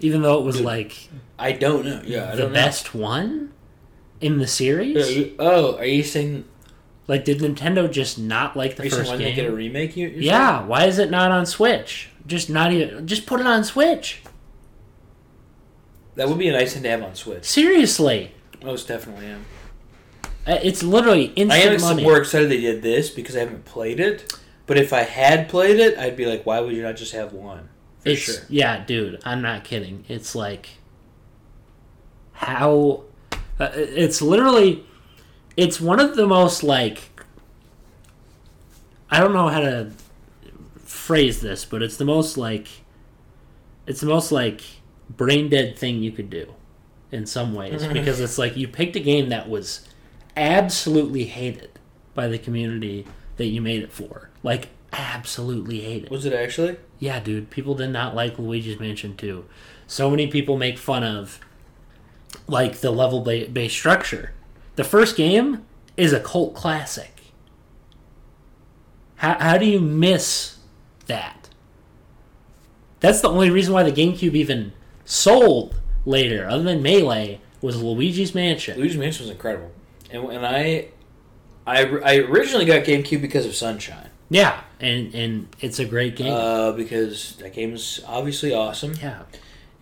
Speaker 2: even though it was like
Speaker 1: I don't know. Yeah, I
Speaker 2: the
Speaker 1: don't
Speaker 2: best one in the
Speaker 1: know.
Speaker 2: series?
Speaker 1: Oh, are you saying
Speaker 2: Like, did Nintendo just not like
Speaker 1: are
Speaker 2: the
Speaker 1: you saying
Speaker 2: first
Speaker 1: why
Speaker 2: game?
Speaker 1: they get a remake? You, you're
Speaker 2: yeah, why is it not on Switch? Just not even. Just put it on Switch.
Speaker 1: saying? that would be a nice thing to have on Switch.
Speaker 2: Seriously,
Speaker 1: Most definitely am.
Speaker 2: Uh, it's literally instant
Speaker 1: I am ex-
Speaker 2: money.
Speaker 1: more excited they did this because I haven't played it. But if I had played it, I'd be like, why would you not just have one? For
Speaker 2: it's,
Speaker 1: sure.
Speaker 2: Yeah, dude, I'm not kidding. It's like how uh, it's literally it's one of the most like I don't know how to phrase this, but it's the most like it's the most like brain dead thing you could do in some ways
Speaker 1: Mm-hmm.
Speaker 2: because it's like you picked a game that was absolutely hated by the community that you made it for. Like absolutely hate it.
Speaker 1: Was it actually?
Speaker 2: Yeah, dude, people did not like Luigi's Mansion 2. So many people make fun of like the level ba- based structure. The first game is a cult classic. How, how do you miss that? That's the only reason why the GameCube even sold later, other than Melee, was Luigi's Mansion.
Speaker 1: Luigi's Mansion was incredible, and and I, I, I originally got GameCube because of Sunshine,
Speaker 2: Yeah, and and it's a great game.
Speaker 1: uh, because that game is obviously awesome.
Speaker 2: yeah,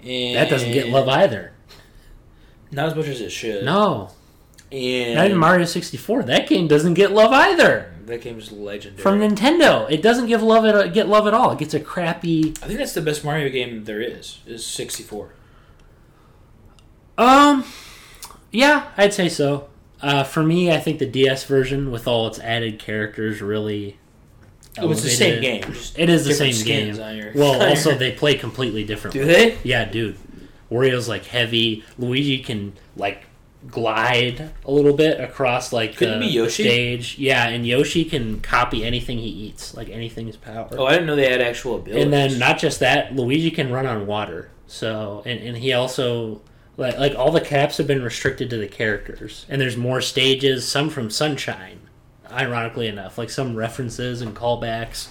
Speaker 1: And
Speaker 2: that doesn't get love either.
Speaker 1: Not as much as it should.
Speaker 2: No,
Speaker 1: and
Speaker 2: not in Mario 64. That game doesn't get love either.
Speaker 1: that game is legendary.
Speaker 2: from Nintendo. It doesn't give love at get love at all. It gets a crappy.
Speaker 1: I think that's the best Mario game there is. Is sixty four.
Speaker 2: Um, yeah, I'd say so. Uh, for me, I think the DS version with all its added characters really.
Speaker 1: It was the
Speaker 2: elevated
Speaker 1: same
Speaker 2: Oh, it.
Speaker 1: game. just
Speaker 2: It is the same
Speaker 1: different
Speaker 2: game.
Speaker 1: skins on your-
Speaker 2: well,
Speaker 1: on
Speaker 2: also
Speaker 1: your-
Speaker 2: they play completely differently.
Speaker 1: do they?
Speaker 2: Yeah, dude. Wario's like heavy. Luigi can like glide a little bit across like
Speaker 1: Couldn't
Speaker 2: the,
Speaker 1: it be
Speaker 2: the
Speaker 1: Yoshi?
Speaker 2: stage. Yeah, and Yoshi can copy anything he eats. Like anything is power.
Speaker 1: Oh, I didn't know they had actual abilities.
Speaker 2: and then not just that, Luigi can run on water. So and, and he also like like all the caps have been restricted to the characters, and there's more stages. Some from Sunshine, ironically enough, like some references and callbacks.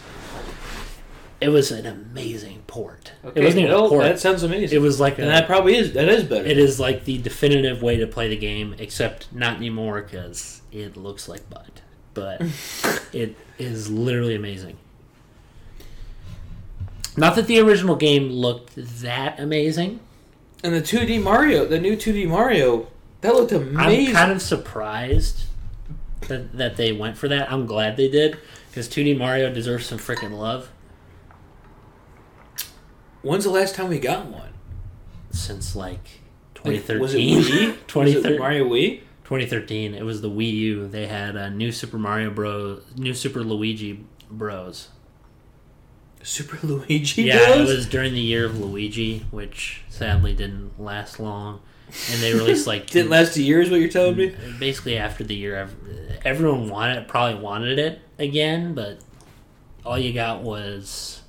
Speaker 2: It was an amazing port.
Speaker 1: Okay,
Speaker 2: it wasn't even
Speaker 1: well,
Speaker 2: a port.
Speaker 1: that sounds amazing.
Speaker 2: it was like
Speaker 1: and
Speaker 2: a-
Speaker 1: that probably is that is better.
Speaker 2: it is like the definitive way to play the game, except not anymore because it looks like butt. But it is literally amazing. Not that the original game looked that amazing.
Speaker 1: And the 2D Mario, the new 2D Mario, that looked amazing.
Speaker 2: I'm kind of surprised that, that they went for that. I'm glad they did because 2D Mario deserves some freaking love
Speaker 1: When's the last time we got one?
Speaker 2: since like
Speaker 1: Like,
Speaker 2: 2013.
Speaker 1: Was it Wii? Was
Speaker 2: 2013.
Speaker 1: it Mario Wii?
Speaker 2: 2013. It was the Wii U. They had a new Super Mario Bros. New Super Luigi Bros.
Speaker 1: Super Luigi
Speaker 2: yeah,
Speaker 1: Bros?
Speaker 2: it was during the year of Luigi, which sadly didn't last long. And they released like
Speaker 1: Didn't last a year is what you're telling
Speaker 2: Mm.
Speaker 1: me?
Speaker 2: basically after the year. ev- Everyone wanted probably wanted it again, but all you got was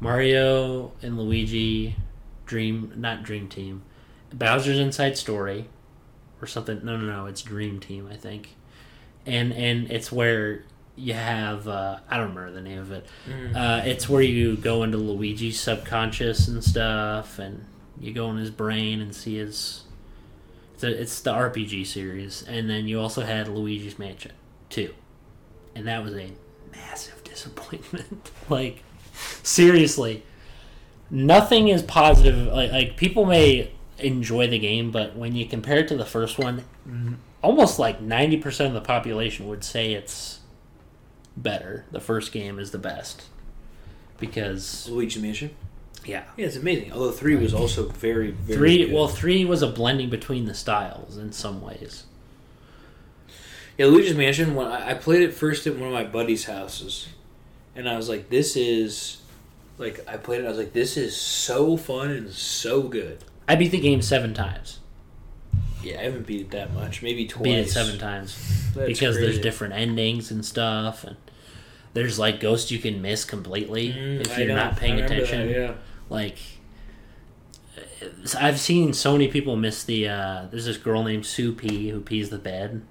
Speaker 2: Mario and Luigi, Dream not Dream Team, Bowser's Inside Story, or something. No, no, no, it's Dream Team, I think. And and it's where you have uh, I don't remember the name of it. Uh, it's where you go into Luigi's subconscious and stuff, and you go in his brain and see his. It's, a, it's the RPG series, and then you also had Luigi's Mansion too, and that was a massive disappointment. like, seriously, nothing is positive. Like, like people may enjoy the game, but when you compare it to the first one, almost like ninety percent of the population would say it's better. The first game is the best because
Speaker 1: Luigi Mansion.
Speaker 2: yeah,
Speaker 1: Yeah, it's amazing. Although 3 was also very, very
Speaker 2: three.
Speaker 1: good.
Speaker 2: Well, three was a blending between the styles in some ways.
Speaker 1: Yeah, Luigi's Mansion. When I, I played it first at one of my buddy's houses, and I was like, "This is," like I played it. I was like, "This is so fun and so good."
Speaker 2: I beat the game seven times.
Speaker 1: Yeah, I haven't beat it that much. Maybe twice.
Speaker 2: Beat it seven times
Speaker 1: That's
Speaker 2: because there's
Speaker 1: crazy.
Speaker 2: different endings and stuff, and there's like ghosts you can miss completely
Speaker 1: Mm,
Speaker 2: if
Speaker 1: I
Speaker 2: you're
Speaker 1: know.
Speaker 2: not
Speaker 1: I
Speaker 2: paying
Speaker 1: remember
Speaker 2: attention.
Speaker 1: that, yeah.
Speaker 2: Like, uh, I've seen so many people miss the. Uh, there's this girl named Sue P who pees the bed,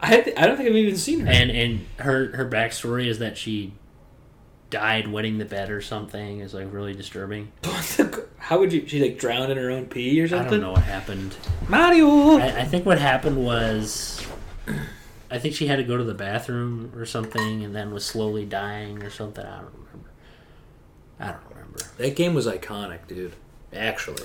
Speaker 1: I, th- I don't think I've even seen her.
Speaker 2: and and her her backstory is that she died wetting the bed or something. Is like really disturbing.
Speaker 1: How would you? She like drowned in her own pee or something?
Speaker 2: I don't know what happened.
Speaker 1: Mario.
Speaker 2: I, I think what happened was, I think she had to go to the bathroom or something, and then was slowly dying or something. I don't remember. I don't remember.
Speaker 1: that game was iconic, dude. Actually,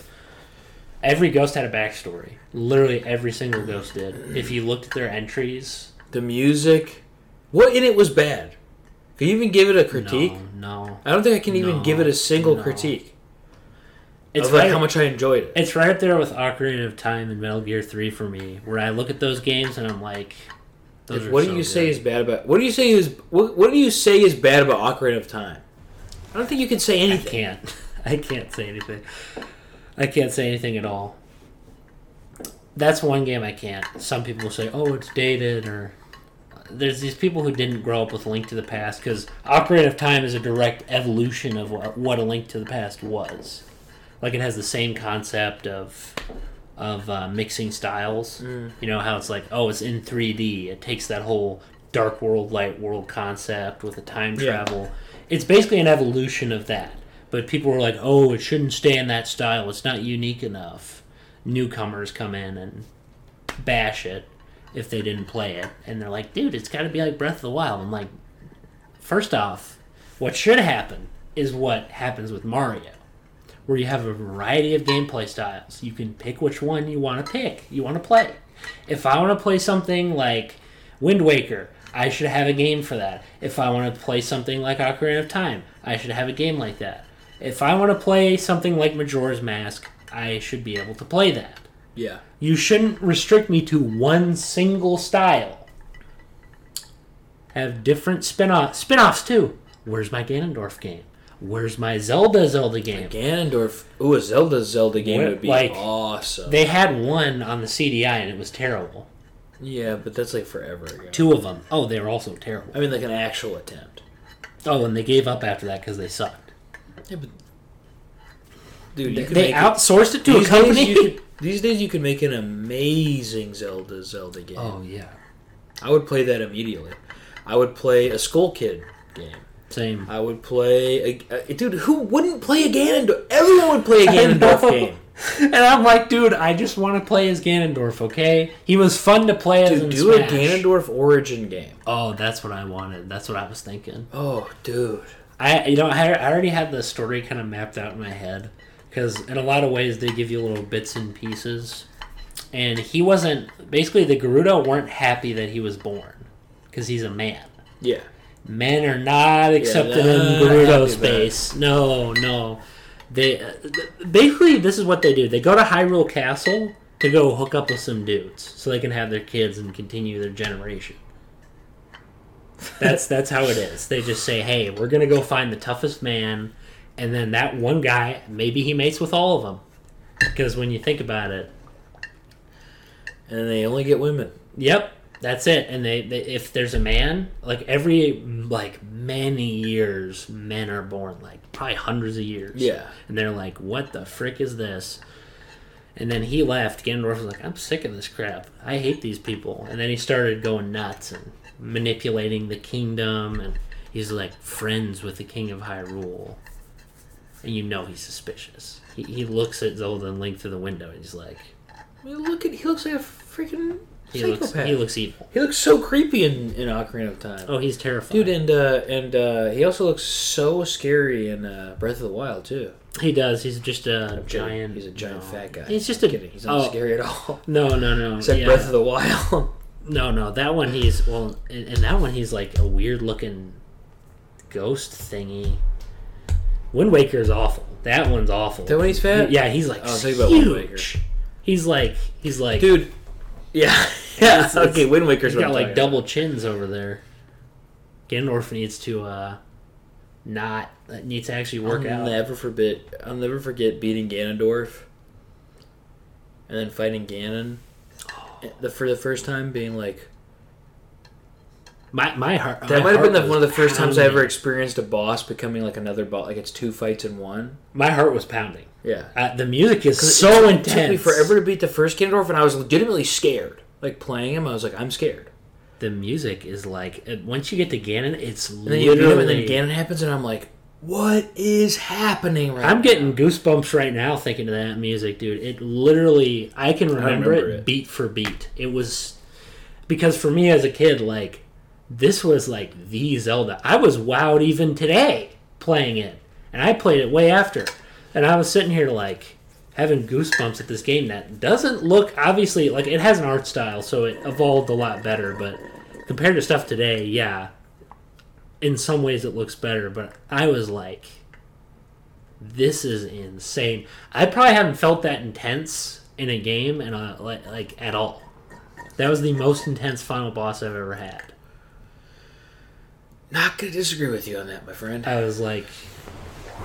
Speaker 2: Every ghost had a backstory. Literally every single ghost did. If you looked at their entries,
Speaker 1: the music. What in it was bad? Can you even give it a critique?
Speaker 2: No, no.
Speaker 1: I don't think I can even
Speaker 2: No,
Speaker 1: give it a single
Speaker 2: no.
Speaker 1: critique
Speaker 2: It's
Speaker 1: of like
Speaker 2: right,
Speaker 1: how much I enjoyed it.
Speaker 2: It's right up there with Ocarina of Time and Metal Gear Three for me, where I look at those games and I'm like, those are
Speaker 1: what
Speaker 2: so
Speaker 1: do you say
Speaker 2: good.
Speaker 1: is bad about? What do you say is what, what do you say is bad about Ocarina of Time? I don't think you can say
Speaker 2: I
Speaker 1: anything.
Speaker 2: can't. I can't say anything. I can't say anything at all. That's one game I can't. Some people say, "Oh, it's dated," or there's these people who didn't grow up with Link to the Past because Ocarina of Time is a direct evolution of what, what a Link to the Past was. Like it has the same concept of of uh, mixing styles. You know how it's like, oh, it's in 3D. It takes that whole dark world, light world concept with the time
Speaker 1: Yeah.
Speaker 2: travel. It's basically an evolution of that. But people were like, oh, it shouldn't stay in that style. It's not unique enough. Newcomers come in and bash it if they didn't play it. And they're like, dude, it's got to be like Breath of the Wild. I'm like, first off, what should happen is what happens with Mario, where you have a variety of gameplay styles. You can pick which one you want to pick, you want to play. If I want to play something like Wind Waker, I should have a game for that. If I want to play something like Ocarina of Time, I should have a game like that. If I want to play something like Majora's Mask, I should be able to play that.
Speaker 1: Yeah.
Speaker 2: You shouldn't restrict me to one single style. Have different spin-off, spin-offs too. Where's my Ganondorf game? Where's my Zelda Zelda game?
Speaker 1: Ganondorf. Ooh, a Zelda Zelda game
Speaker 2: What-
Speaker 1: would be
Speaker 2: like,
Speaker 1: awesome.
Speaker 2: They had one on the CDI and it was terrible.
Speaker 1: yeah, but that's like forever ago.
Speaker 2: Two of them. Oh, they were also terrible.
Speaker 1: I mean, like an actual attempt.
Speaker 2: Oh, and they gave up after that because they sucked.
Speaker 1: Yeah, but dude,
Speaker 2: They,
Speaker 1: you could
Speaker 2: they
Speaker 1: make it-
Speaker 2: outsourced it to a
Speaker 1: These
Speaker 2: company.
Speaker 1: Days you could, these days, you can make an amazing Zelda Zelda game.
Speaker 2: oh yeah,
Speaker 1: I would play that immediately. I would play a Skull Kid game.
Speaker 2: same.
Speaker 1: I would play a, a- dude. Who wouldn't play a Ganondorf? Everyone would play a Ganondorf
Speaker 2: know.
Speaker 1: game.
Speaker 2: And I'm like, dude, I just want to play as Ganondorf. Okay, he was fun to play as. in
Speaker 1: Dude, do a
Speaker 2: Smash.
Speaker 1: Ganondorf origin game.
Speaker 2: Oh, that's what I wanted. That's what I was thinking.
Speaker 1: Oh, dude.
Speaker 2: I, you know, I, I already had the story kind of mapped out in my head because in a lot of ways they give you little bits and pieces. And he wasn't basically the Gerudo weren't happy that he was born because he's a man.
Speaker 1: Yeah.
Speaker 2: Men are not accepted in
Speaker 1: not happy
Speaker 2: Gerudo
Speaker 1: about
Speaker 2: space. No, no. They uh, basically this is what they do. They go to Hyrule Castle to go hook up with some dudes so they can have their kids and continue their generation. That's that's how it is. They just say, "Hey, we're gonna go find the toughest man," and then that one guy, maybe he mates with all of them. Because when you think about it,
Speaker 1: And they only get women.
Speaker 2: Yep, that's it. And they, they if there's a man, like every like many years, men are born like probably hundreds of years.
Speaker 1: Yeah.
Speaker 2: and they're like, "What the frick is this?" And then he left. Ganondorf was like, "I'm sick of this crap. I hate these people." And then he started going nuts and manipulating the kingdom, and he's like friends with the king of Hyrule. And you know he's suspicious. He, he looks at Zelda and Link through the window, and he's like,
Speaker 1: I mean, look at he looks like a freaking
Speaker 2: he
Speaker 1: psychopath.
Speaker 2: looks he looks evil.
Speaker 1: He looks so creepy in, in Ocarina of Time.
Speaker 2: Oh, he's terrifying.
Speaker 1: Dude, and uh, and uh, he also looks so scary in uh, Breath of the Wild too.
Speaker 2: He does. He's just a giant.
Speaker 1: He's a giant
Speaker 2: no.
Speaker 1: fat guy.
Speaker 2: He's just a.
Speaker 1: kidding. He's not
Speaker 2: oh,
Speaker 1: scary at all.
Speaker 2: No, no, no.
Speaker 1: Except
Speaker 2: yeah.
Speaker 1: Breath of the Wild.
Speaker 2: No, no. That one he's well, and, and that one he's like a weird looking ghost thingy. Wind Waker is awful. That one's awful.
Speaker 1: That one he's fat?
Speaker 2: Yeah, he's like
Speaker 1: I was
Speaker 2: huge.
Speaker 1: thinking about Wind Waker.
Speaker 2: He's like he's like
Speaker 1: Dude. Yeah. Yeah.
Speaker 2: It's-
Speaker 1: okay, Wind Waker's
Speaker 2: He's
Speaker 1: what
Speaker 2: got
Speaker 1: I'm
Speaker 2: like
Speaker 1: talking
Speaker 2: double chins over there. Ganondorf needs to uh, not needs to actually
Speaker 1: about.
Speaker 2: work
Speaker 1: I'll
Speaker 2: out.
Speaker 1: never forbid I'll never forget beating Ganondorf and then fighting Ganon. The, for the first time being like
Speaker 2: My my heart.
Speaker 1: that
Speaker 2: my
Speaker 1: might have been
Speaker 2: heart
Speaker 1: the,
Speaker 2: was
Speaker 1: one of the first times I ever
Speaker 2: pounding.
Speaker 1: experienced a boss becoming like another boss like it's two fights in one
Speaker 2: My heart was pounding.
Speaker 1: yeah
Speaker 2: Uh, the music is
Speaker 1: 'Cause it
Speaker 2: so
Speaker 1: took-
Speaker 2: intense.
Speaker 1: It took me forever to beat the first Ganondorf, and I was legitimately scared. Like playing him, I was like, I'm scared.
Speaker 2: The music is like it- once you get to Ganon, it's
Speaker 1: And then you beat him,
Speaker 2: literally.
Speaker 1: and then Ganon happens, and I'm like, what is happening right
Speaker 2: I'm
Speaker 1: now?
Speaker 2: getting goosebumps right now thinking of that music, dude. It literally, I can remember,
Speaker 1: remember
Speaker 2: it,
Speaker 1: it.
Speaker 2: beat for beat. It was because for me as a kid, like this was like the Zelda. I was wowed even today playing it, and I played it way after. And I was sitting here like having goosebumps at this game that doesn't look obviously like it has an art style, so it evolved a lot better. But compared to stuff today, yeah, in some ways it looks better. But I was like, this is insane. I probably haven't felt that intense in a game and uh, like, like at all. That was the most intense final boss I've ever had.
Speaker 1: Not gonna disagree with you on that, my friend.
Speaker 2: I was like,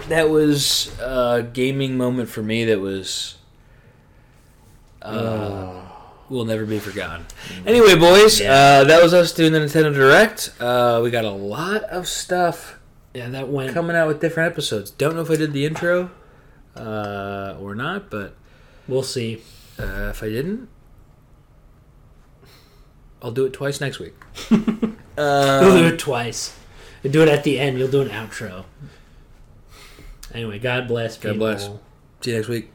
Speaker 1: that was a gaming moment for me that was uh, will never be forgotten. Anyway, boys, uh, that was us doing the Nintendo Direct. Uh, we got a lot of stuff yeah, that went coming out with different episodes. Don't know if I did the intro uh, or not, but we'll see. Uh, if I didn't, I'll do it twice next week.
Speaker 2: You'll do it twice. You do it at the end. You'll do an outro. Anyway, God bless.
Speaker 1: God
Speaker 2: people.
Speaker 1: bless. See you next week.